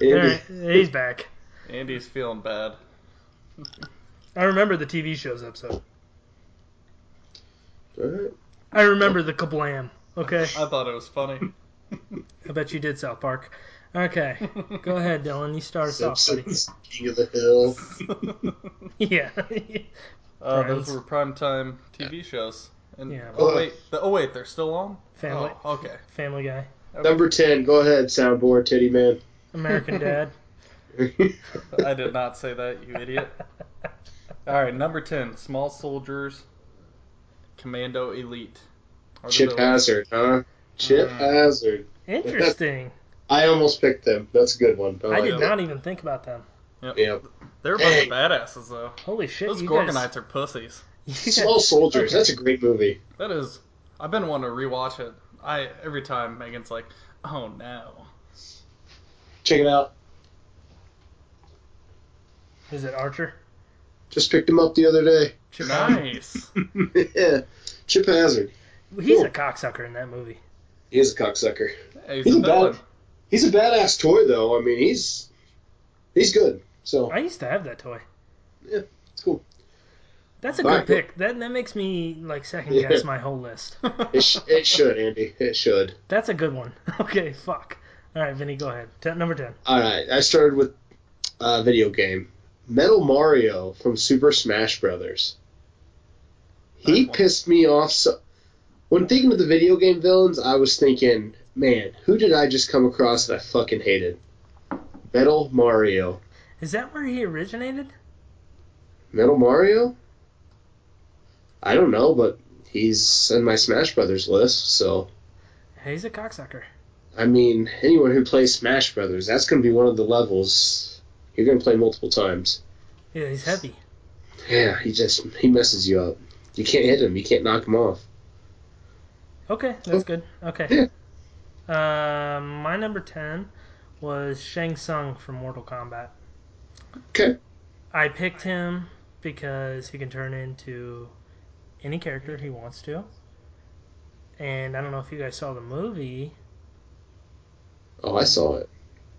All Andy, right, he's back. Andy's feeling bad. I remember the TV shows episode. all right. I remember the kablam. Okay, I thought it was funny. I bet you did South Park. Okay, go ahead, Dylan. You start us off, buddy. Simpsons, King of the Hill. Yeah, Uh, Friends. those were primetime TV shows. And Yeah. oh wait, the, oh wait, they're still on. Family, Oh, okay. Family Guy, Number ten. Go ahead, soundboard, Teddy Man. American Dad. I did not say that, you idiot. All right, number ten, Small Soldiers, Commando Elite. Are the Chip villains. Hazard, huh? Chip Uh, Hazard. Interesting. I almost picked them. That's a good one. I like uh, did that. not even think about them. Yeah. They're a bunch Hey. of badasses though. Holy shit! Those you guys- Gorgonites are pussies. you guys- Small Soldiers. Okay. That's a great movie. That is. I've been wanting to rewatch it. I every time Megan's like, oh no. Check it out. Is it Archer? Just picked him up the other day. Nice. yeah, Chip Hazard. He's Cool. a cocksucker in that movie. He is a cocksucker. Hey, He's a villain. bad. He's a badass toy, though. I mean, he's he's good. So I used to have that toy. it's cool. That's a Alright. good pick. That that makes me like second Yeah. guess my whole list. It, sh- it should, Andy. It should. That's a good one. Okay, fuck. All right, Vinny, go ahead. Ten, number ten. All right, I started with uh, video game Metal Mario from Super Smash Brothers. He Nice one. pissed me off. So when thinking of the video game villains, I was thinking, man, who did I just come across that I fucking hated? Metal Mario. Is that where he originated? Metal Mario? I don't know, but he's in my Smash Brothers list, so He's a cocksucker. I mean, anyone who plays Smash Brothers, that's going to be one of the levels you're going to play multiple times. Yeah, he's heavy. Yeah, he just he messes you up. You can't hit him. You can't knock him off. Okay, that's good. Okay. Uh, my number ten was Shang Tsung from Mortal Kombat. Okay. I picked him because he can turn into any character he wants to. And I don't know if you guys saw the movie. Oh, I saw it.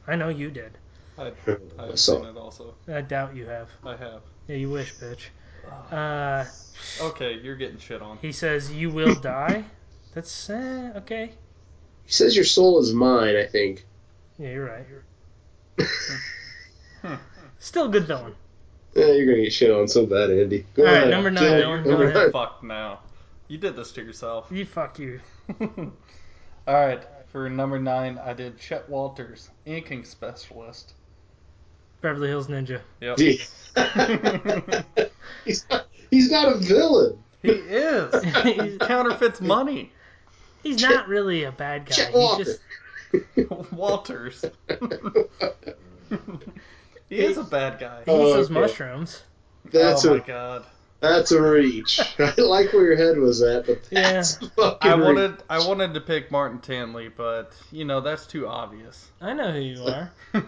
I know you did. I, I I've saw seen it. it also. I doubt you have. I have. Yeah, you wish, bitch. Uh, Okay, you're getting shit on. he says, "You will die." That's eh, okay. He says your soul is mine. I think. Yeah, you're right. Hmm. Still a good villain. Yeah, you're gonna get shit on so bad, Andy. Go All right, ahead. number nine, Yeah, Dylan, go number ahead. nine. Fuck now. You did this to yourself. You fuck you. All right, for number nine, I did Chet Walters, inking specialist. Beverly Hills Ninja. Yep. Gee. he's, not, he's not a villain. He is. he counterfeits money. He's not really a bad guy. Chet He's Walker. just Walters. he is a bad guy. he eats those Okay. mushrooms. Oh, That's oh a my god. that's a reach. I like where your head was at, but Yeah. that's a fucking I reach. wanted I wanted to pick Martin Tanley, but you know that's too obvious. I know who you are. I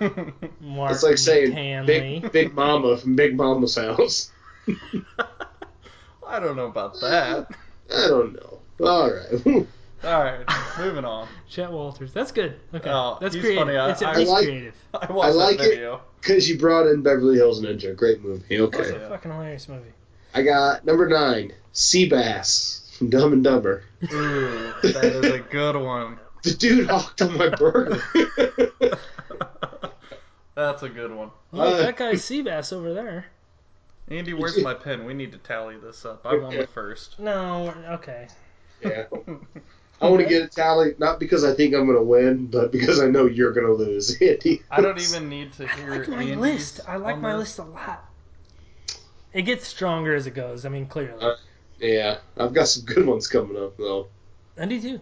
Martin It's like saying Hanley. big, big Mama from Big Mama's house. don't know about that. I don't know. All right. All right, moving on. Chet Walters. That's good. Okay, Oh, that's he's creative. funny. I- it's at I least like- creative. I watched like it. that video. Because you brought in Beverly Hills Ninja. Great movie. That's Okay. a fucking hilarious movie. I got number nine, Seabass from Dumb and Dumber. Ooh, that is a good one. The dude honked on my burger. That's a good one. Look, Uh, that guy's Seabass over there. Andy, where's my pen? We need to tally this up. I won the first. No, okay. yeah. I want to get a tally, not because I think I'm going to win, but because I know you're going to lose, Andy. I don't even need to I hear like my Andy's list. I like on my list this. a lot. It gets stronger as it goes. I mean, clearly. Uh, Yeah. I've got some good ones coming up, though. I do too.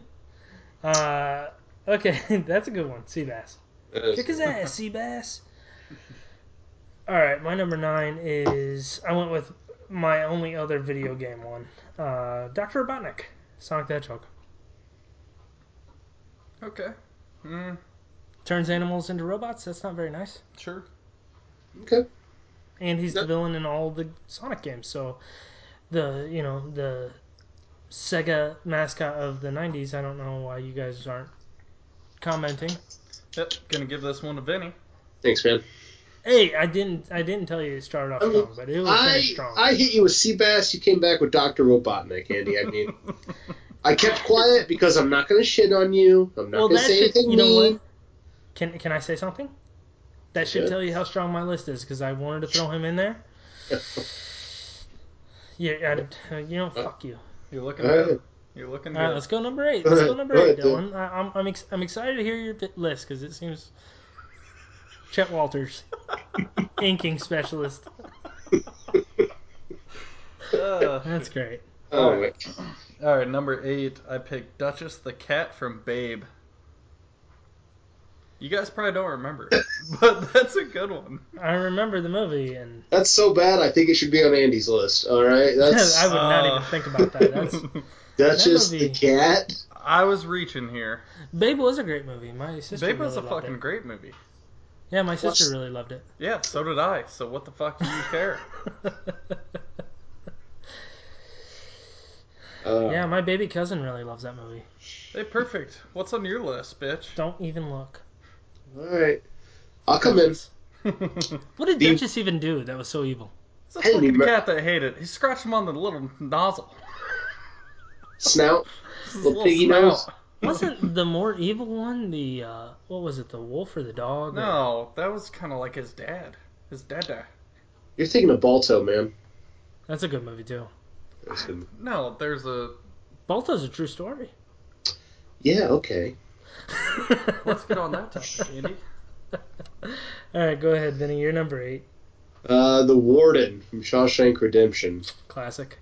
Uh, okay, that's a good one. Seabass. Uh, Kick his ass, Seabass. All right, my number nine is I went with my only other video game one, uh, Doctor Robotnik, Sonic the Hedgehog. Okay. Mm, Turns animals into robots. That's not very nice. sure. Okay. And he's the That- villain in all the Sonic games. So, the you know the Sega mascot of the '90s. I don't know why you guys aren't commenting. Yep. Gonna give this one to Vinny. Thanks, man. Hey, I didn't I didn't tell you it started off I mean, strong, but it was I, finished strong. I hit you with Seabass. You came back with Dr. Robotnik, Andy. I mean, I kept quiet because I'm not going to shit on you. I'm not well, going that to say should, anything you know mean. what? Can can I say something? That should Yeah. tell you how strong my list is because I wanted to throw him in there. Yeah, I, you know, fuck you. You're looking All right. good. You're looking All right, good. let's go number eight. Go Let's ahead. go number Go eight, ahead, Dylan. Dylan. I, I'm I'm, ex- I'm excited to hear your pi- list because it seems Chet Walters, inking specialist. Uh, That's great. Oh, wait. all right, number eight. I picked Duchess the cat from Babe. You guys probably don't remember, but that's a good one. I remember the movie and That's so bad. I think it should be on Andy's list. All right, that's I would not even Uh, think about that. That's Duchess that the movie- cat. I was reaching here. Babe was a great movie. My sister. Babe was really a loved fucking it. great movie. Yeah, my sister What's- really loved it. Yeah, so did I. So what the fuck do you care? Uh, yeah, my baby cousin really loves that movie. hey, perfect. What's on your list, bitch? Don't even look. All right. I'll come in. What did The- Duchess even do that was so evil? It's a Hey, fucking ma- cat that hated. He scratched him on the little nozzle. Snout. This is a Little piggy snout. nose. Wasn't the more evil one the uh, what was it? The wolf or the dog? or- No, that was kind of like his dad. His dada. You're thinking of Balto, man. that's a good movie too. No, there's a. Balto's a true story. Yeah, okay. Let's get on that topic, Andy. All right, go ahead, Vinny. You're number eight. Uh, the Warden from Shawshank Redemption. Classic.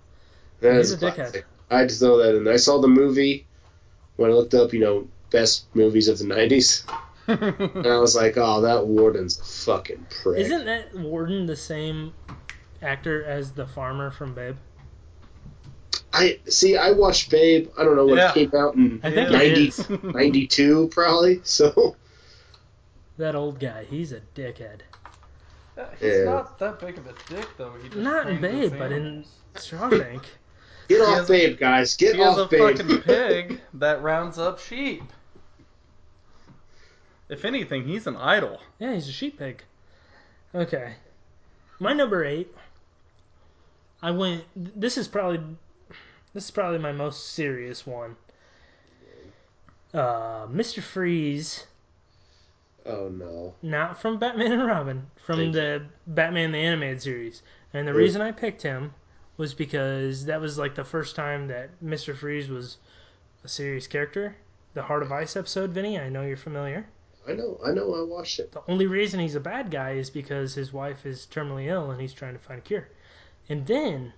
That He's is a dickhead. classic. I had to throw that in. there. I saw the movie when I looked up, you know, best movies of the 90s, and I was like, oh, that Warden's a fucking prick. Isn't that Warden the same actor as the farmer from Babe? I See, I watched Babe, I don't know when Yeah. it came out in I think Yeah. it 90 is. 92, probably, so. That old guy. He's a dickhead. Uh, He's Yeah. not that big of a dick, though. He just Not in trains his Babe, but in animals. Shawshank. Get has off a- Babe, guys. Get He is a off Babe. fucking pig that rounds up sheep. If anything, he's an idol. Yeah, he's a sheep pig. Okay. My number eight. I went. This is probably this is probably my most serious one. Uh, Mr. Freeze, oh, no. not from Batman and Robin, from Thank the Batman the animated series. And the Mm. reason I picked him was because that was like the first time that Mr. Freeze was a serious character. The Heart of Ice episode, Vinny. I know you're familiar. I know, I know, I watched it. The only reason he's a bad guy is because his wife is terminally ill and he's trying to find a cure. And then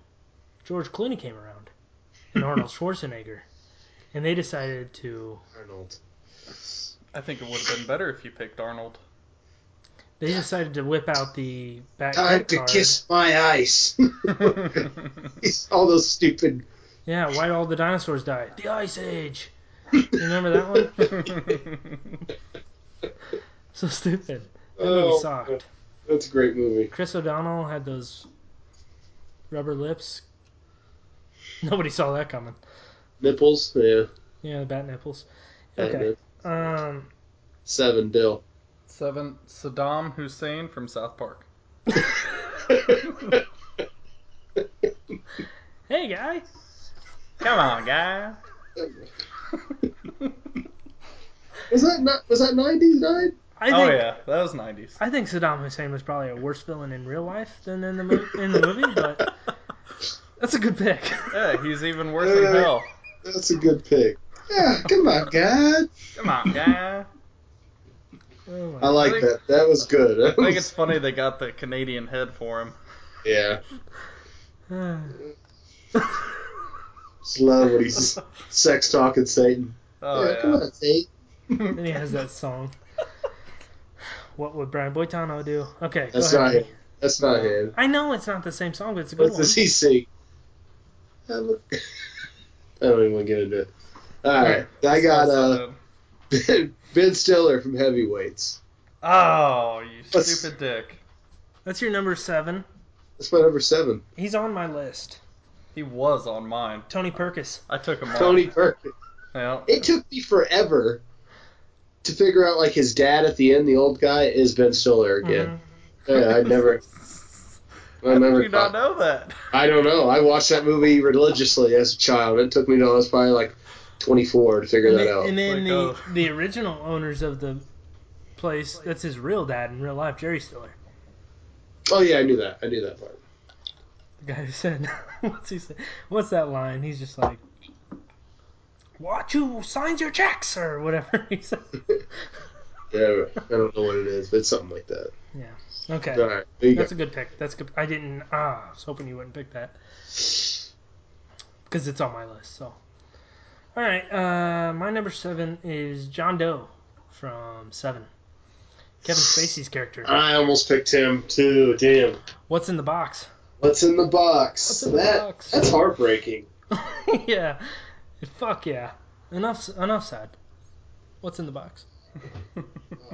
George Clooney came around and Arnold Schwarzenegger. And they decided to Arnold. I think it would have been better if you picked Arnold. they decided to whip out the back Time credit to card. kiss my ice. It's all those stupid. Yeah, why all the dinosaurs died? The Ice Age. Remember that one? So stupid. That movie Oh, sucked. That's a great movie. Chris O'Donnell had those rubber lips. Nobody saw that coming. Nipples, yeah. Yeah, the bat nipples. That Okay. is. Um Seven, Bill. Seven, Saddam Hussein from South Park. hey guy. Come on, guy. was that not? Was that nineties nine? I think oh yeah, that was '90s. I think Saddam Hussein was probably a worse villain in real life than in the mo- in the movie, but that's a good pick. Yeah, he's even worse Uh, in hell. That's a good pick. Yeah, come on, God. Come on, guy. Oh I my- like think- that. That was good. That I think was- it's funny they got the Canadian head for him. yeah. Uh, Just love when he's sex talking Satan. Oh yeah, come yeah. on, Satan. and he has that song. What would Brian Boitano do? Okay, go That's ahead, not Vinny. him. That's not him. I know it's not the same song, but it's a good What one. does he sing? I'm a- I don't even want to get into it. All right, I got uh, Ben Stiller from Heavyweights. Oh, you Let's- stupid dick. That's your number seven. That's my number seven. He's on my list. He was on mine. Tony Perkis. I took him off. Tony Perkins. Yeah. It took me forever to figure out like his dad at the end, the old guy, is Ben Stiller Mm-hmm. again. Yeah, I never, I How never. Mm-hmm. did you not caught- know that? I don't know. I watched that movie religiously as a child. It took me till I was probably like 24 to figure And that then, out. and then Like, the, oh. the original owners of the place, that's his real dad in real life, Jerry Stiller. oh yeah, I knew that. I knew that part. the guy who said what's he say? What's that line? He's just like, "Watch who signs your checks" or whatever he says. Yeah, I don't know what it is, but it's something like that. Okay, All right, there you go. that's a good pick. That's good. I didn't. Ah, I was hoping you wouldn't pick that because it's on my list. So, all right, uh, my number seven is John Doe from Seven. Kevin Spacey's character. I almost picked him too. Damn. What's in the box? What's in the box? What's in the that box? that's heartbreaking. yeah, fuck yeah. Enough. Enough said. What's in the box?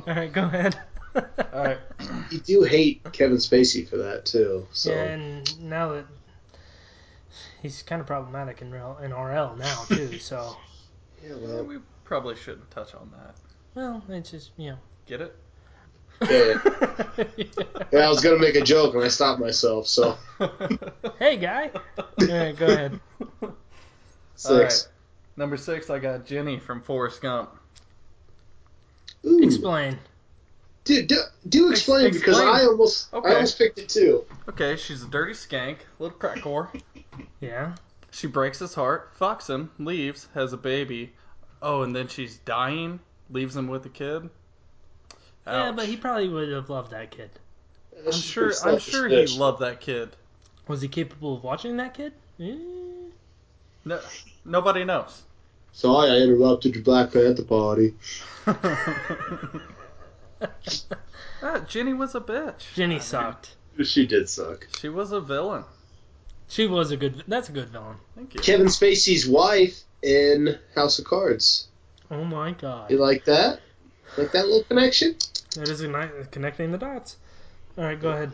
All right, go ahead. All right. You do hate Kevin Spacey for that too. So Yeah, and now that he's kind of problematic in real in RL now too. So yeah, Yeah, well, we probably shouldn't touch on that. well, it's just you know. Get it? yeah. yeah. Yeah, I was gonna make a joke and I stopped myself. So Hey, guy. All right, go ahead. six. Number six, I got Jenny from Forrest Gump. Ooh. Explain. Dude, do, do explain Ex- because explain. I almost Okay. I almost picked it too. Okay, she's a dirty skank, little crack whore. Yeah. She breaks his heart, fucks him, leaves, has a baby. Oh, and then she's dying, leaves him with a kid. Yeah, Ouch. but he probably would have loved that kid. I'm She's sure. pretty I'm selfish sure bitch. he loved that kid. Was he capable of watching that kid? Eh, No, nobody knows. Sorry, I interrupted your Black Panther party. ah, Jenny was a bitch. Jenny sucked. She did suck. She was a villain. She was a good. That's a good villain. Thank you. Kevin Spacey's wife in House of Cards. Oh my god. You like that? Like that little connection? That is a nice, connecting the dots. All right, go ahead.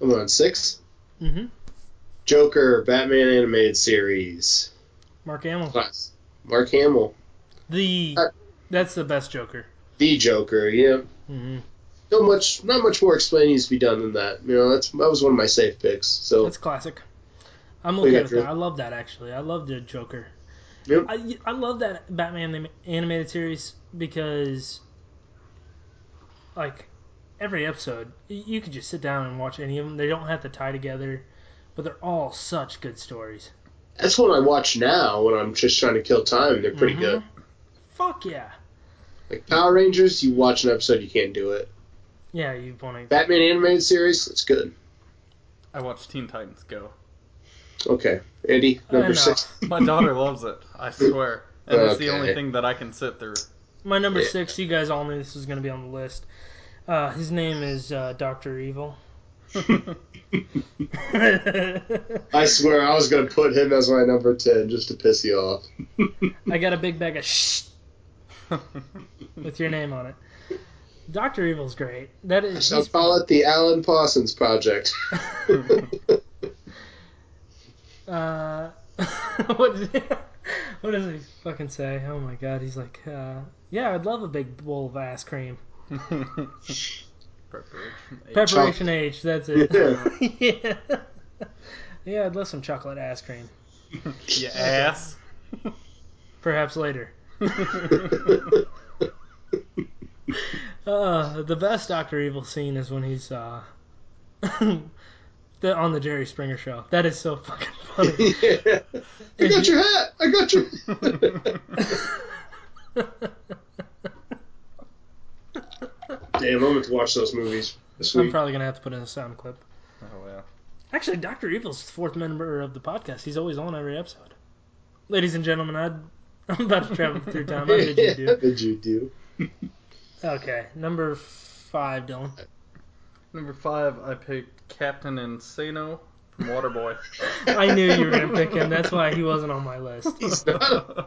I'm on six. Mm-hmm. Joker, Batman animated series. Mark Hamill. Nice. Mark Hamill, The Uh, that's the best Joker. the Joker. Yeah. Mm-hmm. No much, not much more explaining needs to be done than that. You know, that's that was one of my safe picks. So That's classic. I'm What do you okay got, with Drew? that. I love that actually. I love the Joker. Yep. I, I love that Batman anim- animated series because like every episode y- you could just sit down and watch any of them. They don't have to tie together, but they're all such good stories. that's one I watch now when I'm just trying to kill time. They're pretty Mhm. good. Fuck yeah. Like Power Rangers, you watch an episode, you can't do it. Yeah, you want to Batman animated series, it's good. I watched Teen Titans Go. Okay, Andy, number Enough. six. My daughter loves it. I swear. And it's the only Okay. thing that I can sit through. My number Yeah. six, you guys all knew this was going to be on the list. Uh, his name is uh, Doctor Evil. I I swear, I was gonna put him as my number ten just to piss you off. got a big bag of shh with your name on it. Doctor Evil's great. That is, I'll he's, call it the Alan Parsons Project. uh, what, is it- what does he fucking say? Oh my god, he's like, uh, yeah, I'd love a big bowl of ass cream. Preparation. Preparation age, that's it. Yeah. yeah. yeah, I'd love some chocolate ass cream. You ass. Perhaps later. Oh, Uh, the best Doctor Evil scene is when he's uh, the, on the Jerry Springer show. That is so fucking funny. Yeah. I got your hat. I got your. Damn, I'm going to watch those movies this I'm week. probably gonna have to put in a sound clip. Oh, wow. Actually, Doctor Evil's the fourth member of the podcast. He's always on every episode. Ladies and gentlemen, I'd, I'm about to travel through time. I did you do. What did you do? Okay, number five, Dylan. Number five, I picked Captain Insano from Waterboy. I knew you were gonna pick him. That's why he wasn't on my list. He's not a,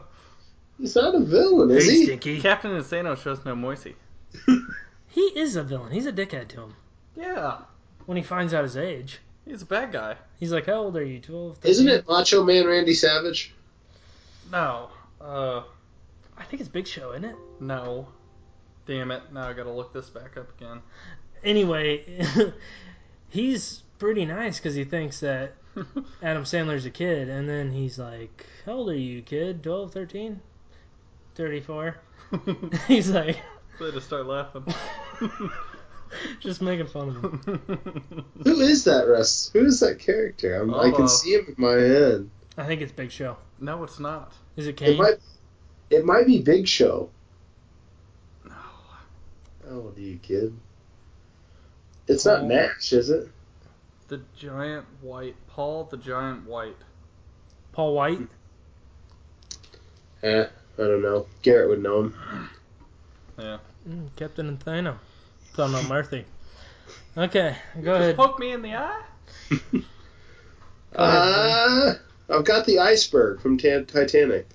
he's not a villain, is Hey, he? Stinky. Captain Insano shows no moisey. He is a villain. He's a dickhead to him. Yeah. When he finds out his age, He's a bad guy. he's like, "How old are you? 12 Isn't 13?" it Macho Man Randy Savage? No. Uh, I think it's Big Show, isn't it? no. Damn it. Now I gotta look this back up again. anyway, he's pretty nice because he thinks that Adam Sandler's a kid, and then he's like, How old are you, kid? 12, 13? 34. He's like, they just start laughing. just making fun of him. Who is that, Russ? Who is that character? I'm, I Oh. Uh-oh. can see him in my head. I think it's Big Show. no, it's not. Is it Kane? It might, it might be Big Show. No. How old are you, kid? It's not Oh. Nash, is it? The giant white. Paul the giant white. Paul White? Eh, I don't know. Garrett would know him. Mm, Captain Anthano. Don't know Murphy. Okay, go ahead. Poke me in the eye? Uh, I've got the iceberg from Tan Titanic.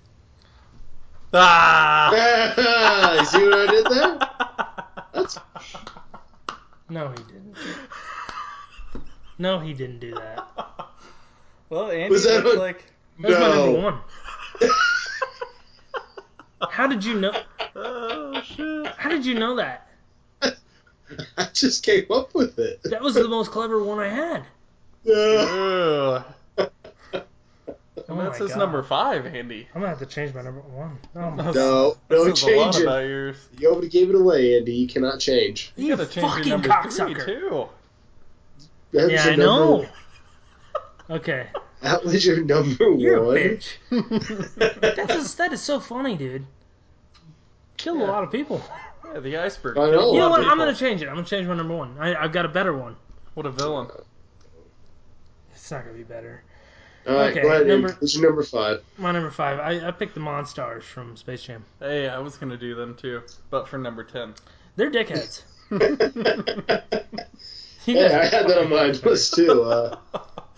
Ah! you see what I did there? That's No, he didn't. No, he didn't do that. Well, Andy Was that looks a- like That was my number No. one. How did you know? oh shit. How did you know that? I just came up with it. That was the most clever one I had. Yeah. Ugh. Oh That's my his God. number five, Andy. I'm gonna have to change my number one. Oh my No, This no is a lot change it. about yours. You already gave it away, Andy. You cannot change. You, You gotta change fucking your number cocksucker. three too. That was Yeah, your I number- know. Okay, That was your number you're one. a bitch. That's just, that is so funny, dude. Killed Yeah. a lot of people. Yeah, the iceberg. I killed know. a You know lot what? of I'm people. gonna change it. I'm gonna change my number one. I, I've got a better one. What a villain. It's not gonna be better. All right, Okay, go ahead. number- Number... Who's your number five? My number five. I, I picked the Monstars from Space Jam. Hey, I was gonna do them too, but for number ten. They're dickheads. You Hey, I guys- had that on my list too. Uh,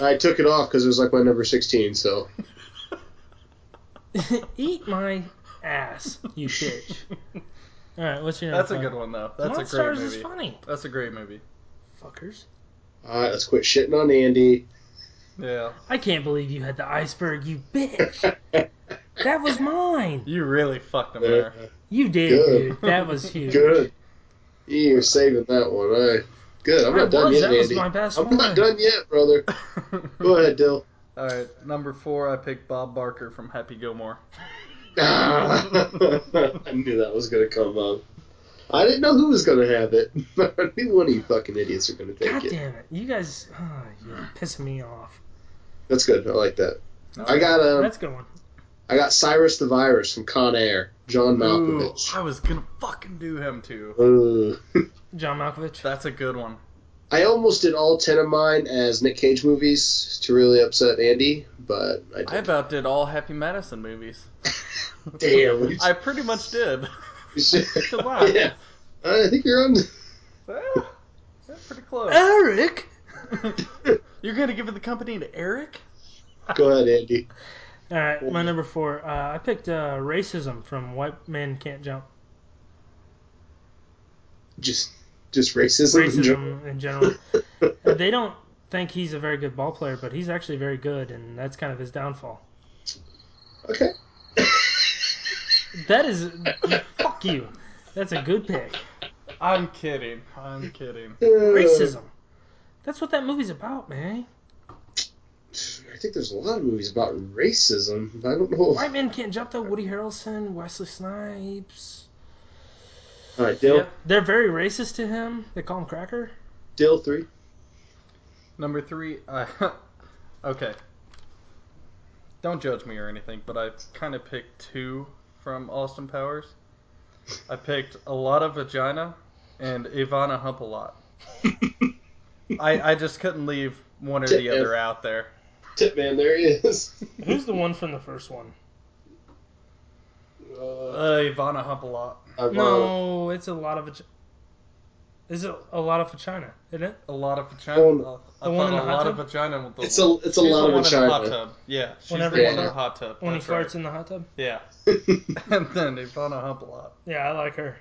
I took it off because it was like my number sixteen. So Eat my ass, you bitch. All right, what's your number That's a five? good one though. That's a great Monstars is movie. funny. That's a great movie. Fuckers. all right, let's quit shitting on Andy. Yeah. I can't believe you had the iceberg, you bitch. that was mine. You really fucked him there. You did, Good. dude. That was huge. Good. You're saving that one. All right. Good. I'm I not done was. yet, That was Andy. my best I'm one. not done yet, brother. Go ahead, Dill. All right, number four, I picked Bob Barker from Happy Gilmore. Ah, I knew that was gonna come up. I didn't know who was gonna have it. I knew one of you fucking idiots are gonna take God it. damn it. You guys, oh, you're pissing me off. That's good. I like that. All I got um, That's a good one. I got Cyrus the Virus from Con Air. John Ooh, Malkovich. I was gonna fucking do him too. Ooh. John Malkovich. That's a good one. I almost did all ten of mine as Nick Cage movies to really upset Andy, but I I did. about did all Happy Madison movies. Damn. we- I pretty much did. Wow. yeah. I think you're on. Ah, that's pretty close. Eric! You're gonna give the company to Eric? Go ahead, Andy. All right, my number four. Uh, I picked uh, racism from White Men Can't Jump. Just, just racism. in general. Racism in general. Uh, they don't think he's a very good ball player, but he's actually very good, and that's kind of his downfall. okay. That is, fuck you. That's a good pick. I'm kidding. I'm kidding. Racism. That's what that movie's about, man. I think there's a lot of movies about racism. but I don't know. White Men Can't Jump, though. Woody Harrelson, Wesley Snipes. All right, Dill. Yep. They're very racist to him. They call him Cracker. Dill three. Number three, I okay. Don't judge me or anything, but I kind of picked two from Austin Powers. I picked a lot of vagina and Ivana Hump a lot. I I just couldn't leave one or the other out there. Tip man, there he is. Who's the one from the first one? Uh, Uh, Ivana Hump a lot, I'm wrong. No, it's a lot of. vag- Is it a lot of vagina? Isn't it? a lot of vagina. uh, Oh, I the thought one in a the hot lot tub? of vagina. with the- It's a- it's a she's lot the of one in the hot vagina. tub. Yeah, she's Whenever- the one in Yeah. the hot tub. When That's he farts right. in the hot tub. Yeah, Uh, and then Ivana Hump a lot. Yeah, I like her.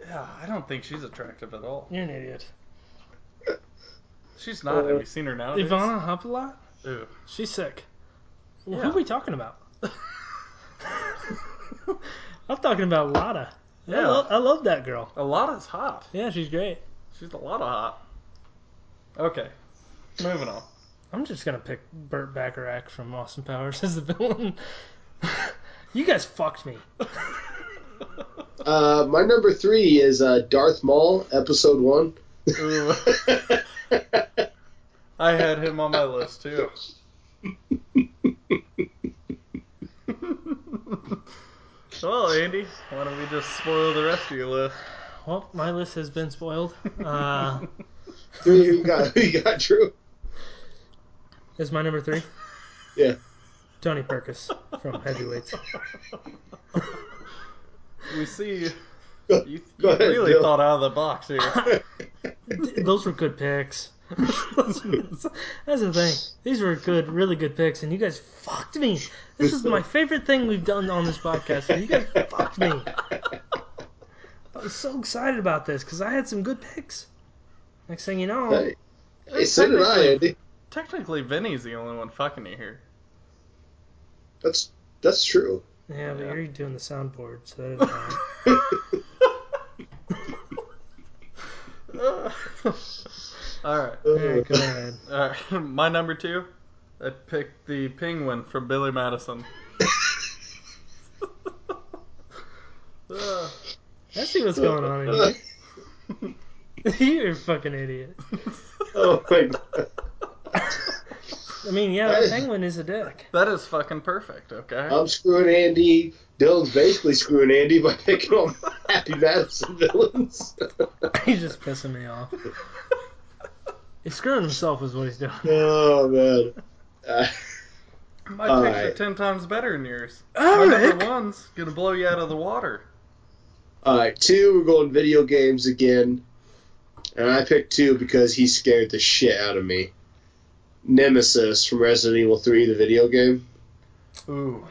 Yeah, I don't think she's attractive at all. You're an idiot. She's not. Have you seen her now? Uh, Ivana Hopalot? Ew. She's sick. Well, Yeah. Who are we talking about? I'm talking about Lada. I, Yeah. lo- I love that girl. A lot is hot. Yeah, she's great. She's a lot of hot. Okay. Moving on. I'm just gonna pick Burt Bacharach from Austin Powers as the villain. you guys fucked me. Uh, my number three is uh, Darth Maul, episode one. Ooh, I had him on my list too. well, Andy, why don't we just spoil the rest of your list? Well, my list has been spoiled. Uh, Three, who you got? Who you got? Drew. is my number three? Yeah. Tony Perkis from Heavyweights. We see you, Go- you, go you ahead, really Bill. thought out of the box here. Th- Those were good picks. That's the thing. These were good, really good picks, and you guys fucked me. This is my favorite thing we've done on this podcast, and you guys fucked me. I was so excited about this because I had some good picks. Next thing you know, Hey, hey, so did I, Andy. Technically, Vinny's the only one fucking you here. That's that's true. yeah, but Yeah. you're doing the soundboard, so that didn't matter. All right. yeah, go ahead. All right. My number two, I picked the penguin from Billy Madison. Uh, I see what's going on in here. you're a fucking idiot. oh my god. I mean, yeah, that Hey. penguin is a dick. that is fucking perfect. Okay. I'm screwing Andy. Dylan's basically screwing Andy by picking all the Happy Madison villains. He's just pissing me off. Uh, He's screwing himself, is what he's doing. oh man. Uh, My All picks are right. ten times better than yours. All My right. number one's gonna blow you out of the water. all right, two. We're going video games again, and I picked two because he scared the shit out of me. Nemesis from Resident Evil 3, the video game. Ooh,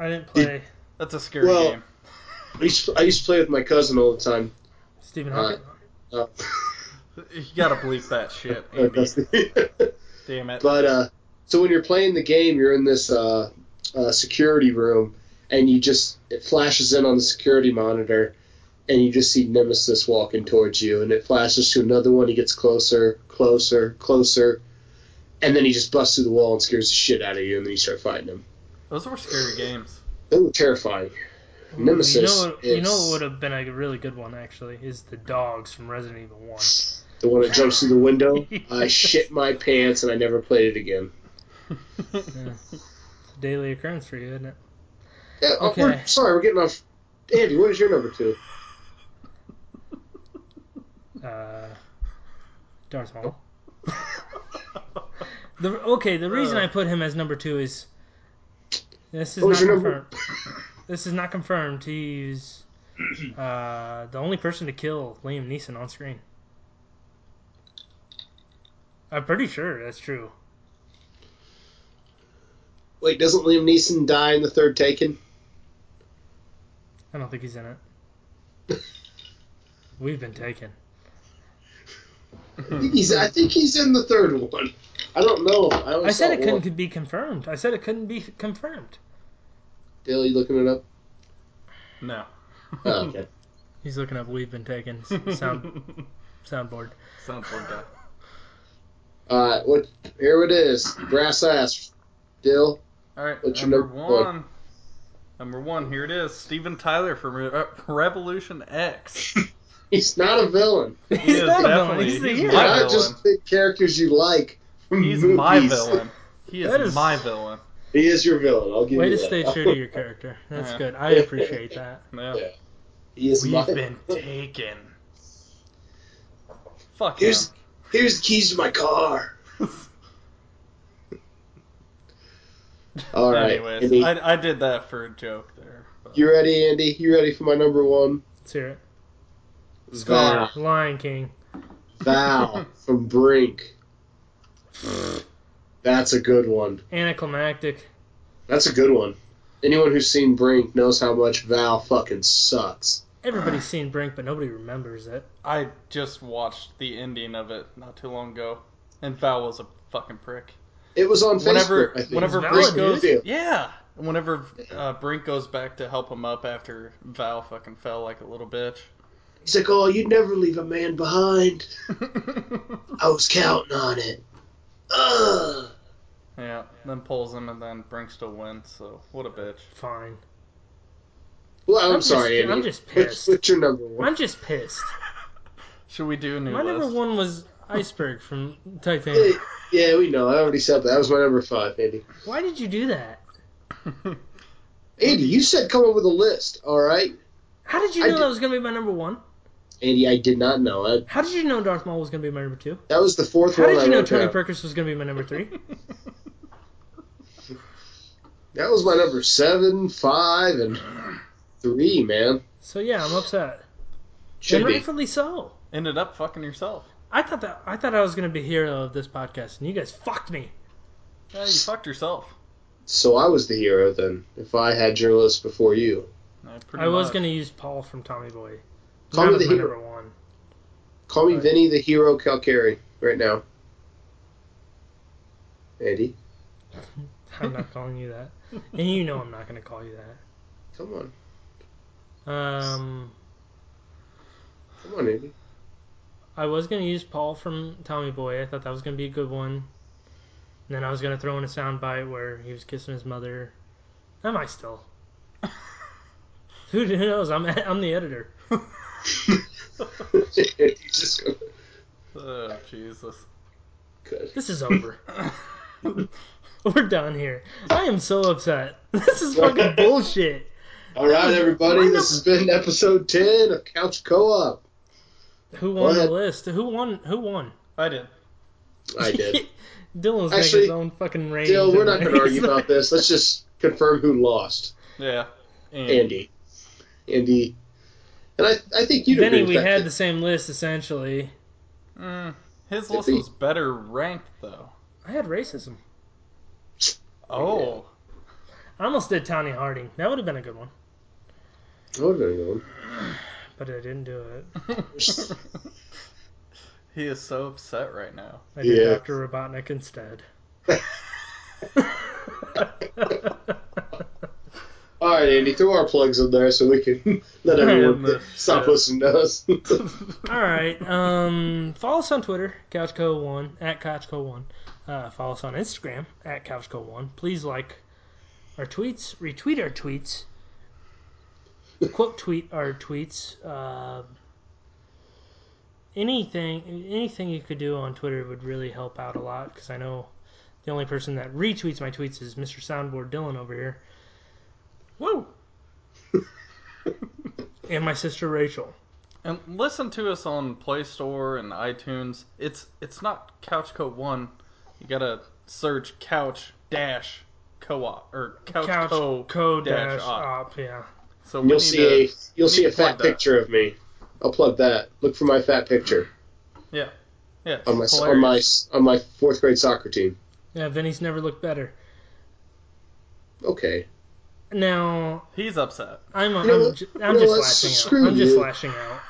I didn't play that's a scary Well- game. I used to, I used to play with my cousin all the time. Stephen Uh, Hawking. Uh, You gotta bleep that shit, Andy. Damn it. But uh, so when you're playing the game, you're in this uh, uh, security room, and you just it flashes in on the security monitor, and you just see Nemesis walking towards you, and it flashes to another one. He gets closer, closer, closer, and then he just busts through the wall and scares the shit out of you, and then you start fighting him. Those were scary games. They were terrifying. Ooh, You Nemesis know, what- you know is- what would have been a really good one actually is the dogs from Resident Evil One. The one that jumps through the window, I shit my pants, and I never played it again. It's a daily occurrence for you, isn't it? Yeah, oh, Okay. we're, sorry, we're getting off. Andy, what is your number two? Uh, Darth Oh. Maul. The, okay, the reason I put him as number two is this is Uh, not What was your confirmed. number? This is not confirmed. He's uh, the only person to kill Liam Neeson on screen. I'm pretty sure that's true. Wait, doesn't Liam Neeson die in the third Taken? I don't think he's in it. We've been taken. Hmm. I think he's, I think he's in the third one. I don't know. I, I only said saw it couldn't one. be confirmed. I said it couldn't be confirmed. Dale, you looking it up? No. Oh, okay. He's looking up. We've been taken. s- Sound soundboard. Sounds like that. Uh, what? Here it is. Brass ass. Dale. All right, What's your number number one? one. Number one, here it is. Steven Tyler from Re- uh, Revolution X. He's not a villain. He is not a villain, definitely- he's the he's hero. my You're not villain. just pick characters you like. From He's movies. my villain. He is, That is- my villain. He is your villain. I'll give Way you to that. stay true to your character. That's Yeah. good. I appreciate that. Yeah. Yeah. He is my. We've been taken. Fuck him. Here's here's the keys to my car. All right. Anyways, Andy, I, I did that for a joke there. but- you ready, Andy? You ready for my number one? Let's hear it. Val. Lion King. Val from Brink. That's a good one. Anticlimactic. That's a good one. Anyone who's seen Brink knows how much Val fucking sucks. Everybody's seen Brink, but nobody remembers it. I just watched the ending of it not too long ago, and Val was a fucking prick. It was on Whenever, Facebook. I think. whenever It's Brink valid, goes, dude. yeah, whenever uh, Brink goes back to help him up after Val fucking fell like a little bitch. He's like, "Oh, you'd never leave a man behind." I was counting on it. Ugh. yeah, then pulls him, and then Brink still wins. So what a bitch. Fine. Well, I'm, I'm just- sorry, I'm Andy. just What's- pissed. What's your number one? I'm just pissed. Should we do a new My list? number one was Iceberg from Hey, Titanic. yeah, we know. I already said that. That was my number five, Andy. Why did you do that? Andy, you said come up with a list, all right? How did you I know did- that was going to be my number one? Andy, I did not know. I, How did you know Darth Maul was going to be my number two? that was the fourth How one did I you know wrote Tony down. Perkins was going to be my number three? That was my number seven, five, and three, man. So yeah, I'm upset. Should and be. rightfully so. Ended up fucking yourself. I thought that I thought I was gonna be hero of this podcast, and you guys fucked me. Yeah, you fucked yourself. So I was the hero then, if I had journalists before you. Yeah, pretty I was much. gonna use Paul from Tommy Boy. Call That me was the my hero. number one. Call me Alright. Vinny the Hero Calcari right now. Andy, I'm not calling you that, and you know I'm not gonna call you that. come on, Um, come on, Andy. I was gonna use Paul from Tommy Boy. I thought that was gonna be a good one. And then I was gonna throw in a soundbite where he was kissing his mother. Am I still? who, who knows? I'm I'm the editor. Just go- Oh, Jesus. good. This is over. We're done here. I am so upset. This is fucking bullshit. All right, everybody. Why This has been episode ten of Couch Co-op. Who won the What? list? Who won? Who won? I did. I did. Dylan's making Actually, his own fucking ratings. Dale, we're not going to anyway. argue about this. Let's just confirm who lost. Yeah. And Andy. Andy. And I, I think you'd Benny, agree with we that. had the same list essentially. Mm, his Did list we- was better ranked, though. I had racism. Oh. I almost did Tony Harding. That would have been a good one, Oh, no, no. but I didn't do it. he is so upset right now. I did Yeah. Dr. Robotnik instead. All right, Andy, throw our plugs in there so we can let everyone And the stop shit. listening to us. All right. Um, follow us on Twitter, CouchCo1, at CouchCo1. Uh, follow us on Instagram, at CouchCo1. Please like our tweets, retweet our tweets, quote tweet our tweets. Uh, anything, anything you could do on Twitter would really help out a lot because I know the only person that retweets my tweets is Mr. Soundboard Dylan over here. Woo! and my sister Rachel. And listen to us on Play Store and iTunes. It's it's not Couch Co One. You gotta search Couch Dash Co-op or Couch, couch Co code dash Dash Op. op. Yeah, So we you'll need see a to, you'll we see need a to fat plug that. picture of me. I'll plug that. Look for my fat picture yeah yeah it's on my on my hilarious. on my fourth grade soccer team. yeah. Vinny's never looked better. Okay. Now he's upset. I'm I'm, You know what? ju- You I'm know just what? lashing Screw out. I'm just you. lashing out.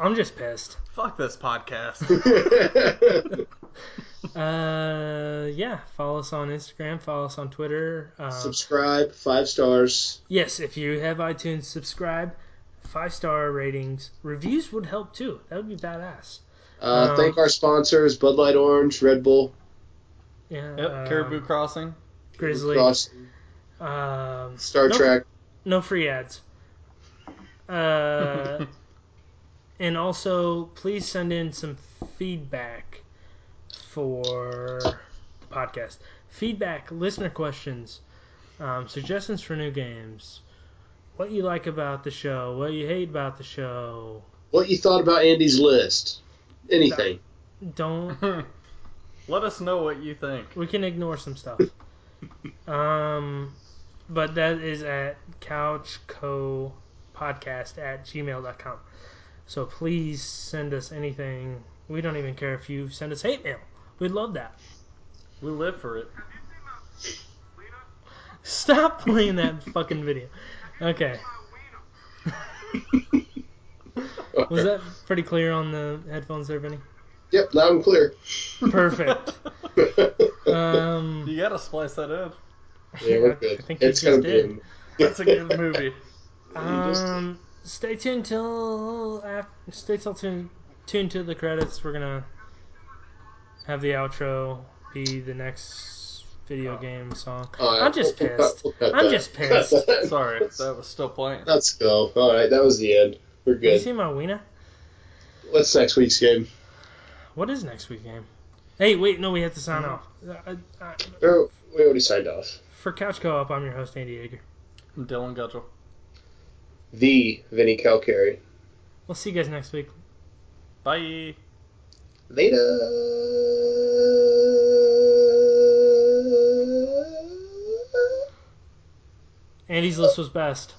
I'm just pissed. Fuck this podcast. Uh, yeah. Follow us on Instagram. Follow us on Twitter. Um, Subscribe, five stars. yes, if you have iTunes, subscribe. Five star ratings, reviews would help too. That would be badass. Uh, Um, thank our sponsors: Bud Light Orange, Red Bull, Yeah. yep, um, Caribou Crossing. Grizzly. Cross, Um, Star no- Trek. No free ads. Uh, and also, please send in some feedback for the podcast. Feedback, listener questions, um, suggestions for new games, what you like about the show, what you hate about the show. What you thought about Andy's list? Anything? Don't Hmm. Let us know what you think. we can ignore some stuff. um, but that is at couchcopodcast at gmail.com. So please send us anything. We don't even care if you send us hate mail. We'd love that. We live for it. Stop playing that fucking video. Okay. Was that pretty clear on the headphones there, Vinny? Yep, loud and clear. Perfect. Um, You gotta splice that in. yeah, we're good. I think it's you gonna just be. did. in- That's a good movie. Um, stay tuned till after, stay till tuned tuned to the credits. We're gonna have the outro be the next video Oh. game song. All right, I'm just we'll- we'll cut- pissed. we'll cut I'm that. just pissed. Sorry, that was still playing. Let's go. All right, that was the end. We're you good. see my wiener? What's next week's game? What is next week game? Hey, wait, no, we have to sign off. Mm-hmm. Uh, uh, uh, Or Oh, we already signed off. for Couch Co-op, I'm your host Andy Yeager. Dylan Gudgel. The Vinny Calcari. We'll see you guys next week. Bye. Later. Andy's list was best.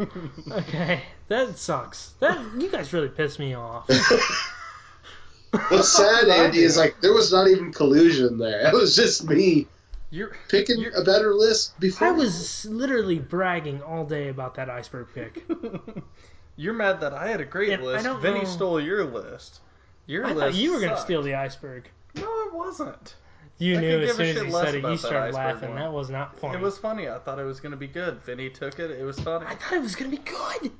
Okay, that sucks. That you guys really pissed me off. What's sad, I Andy, is do. like there was not even collusion there. It was just me You're picking You're- a better list before. I was literally bragging all day about that iceberg pick. you're mad that I had a great And I list. don't Vinny know- stole your list. Your I list. thought you were gonna sucked. steal the iceberg. No, it wasn't. You I knew as could give a soon as shit you less said it, about you that started iceberg laughing. one. That was not funny. It was funny. I thought it was gonna be good. Vinny took it. It was funny. I thought it was gonna be good.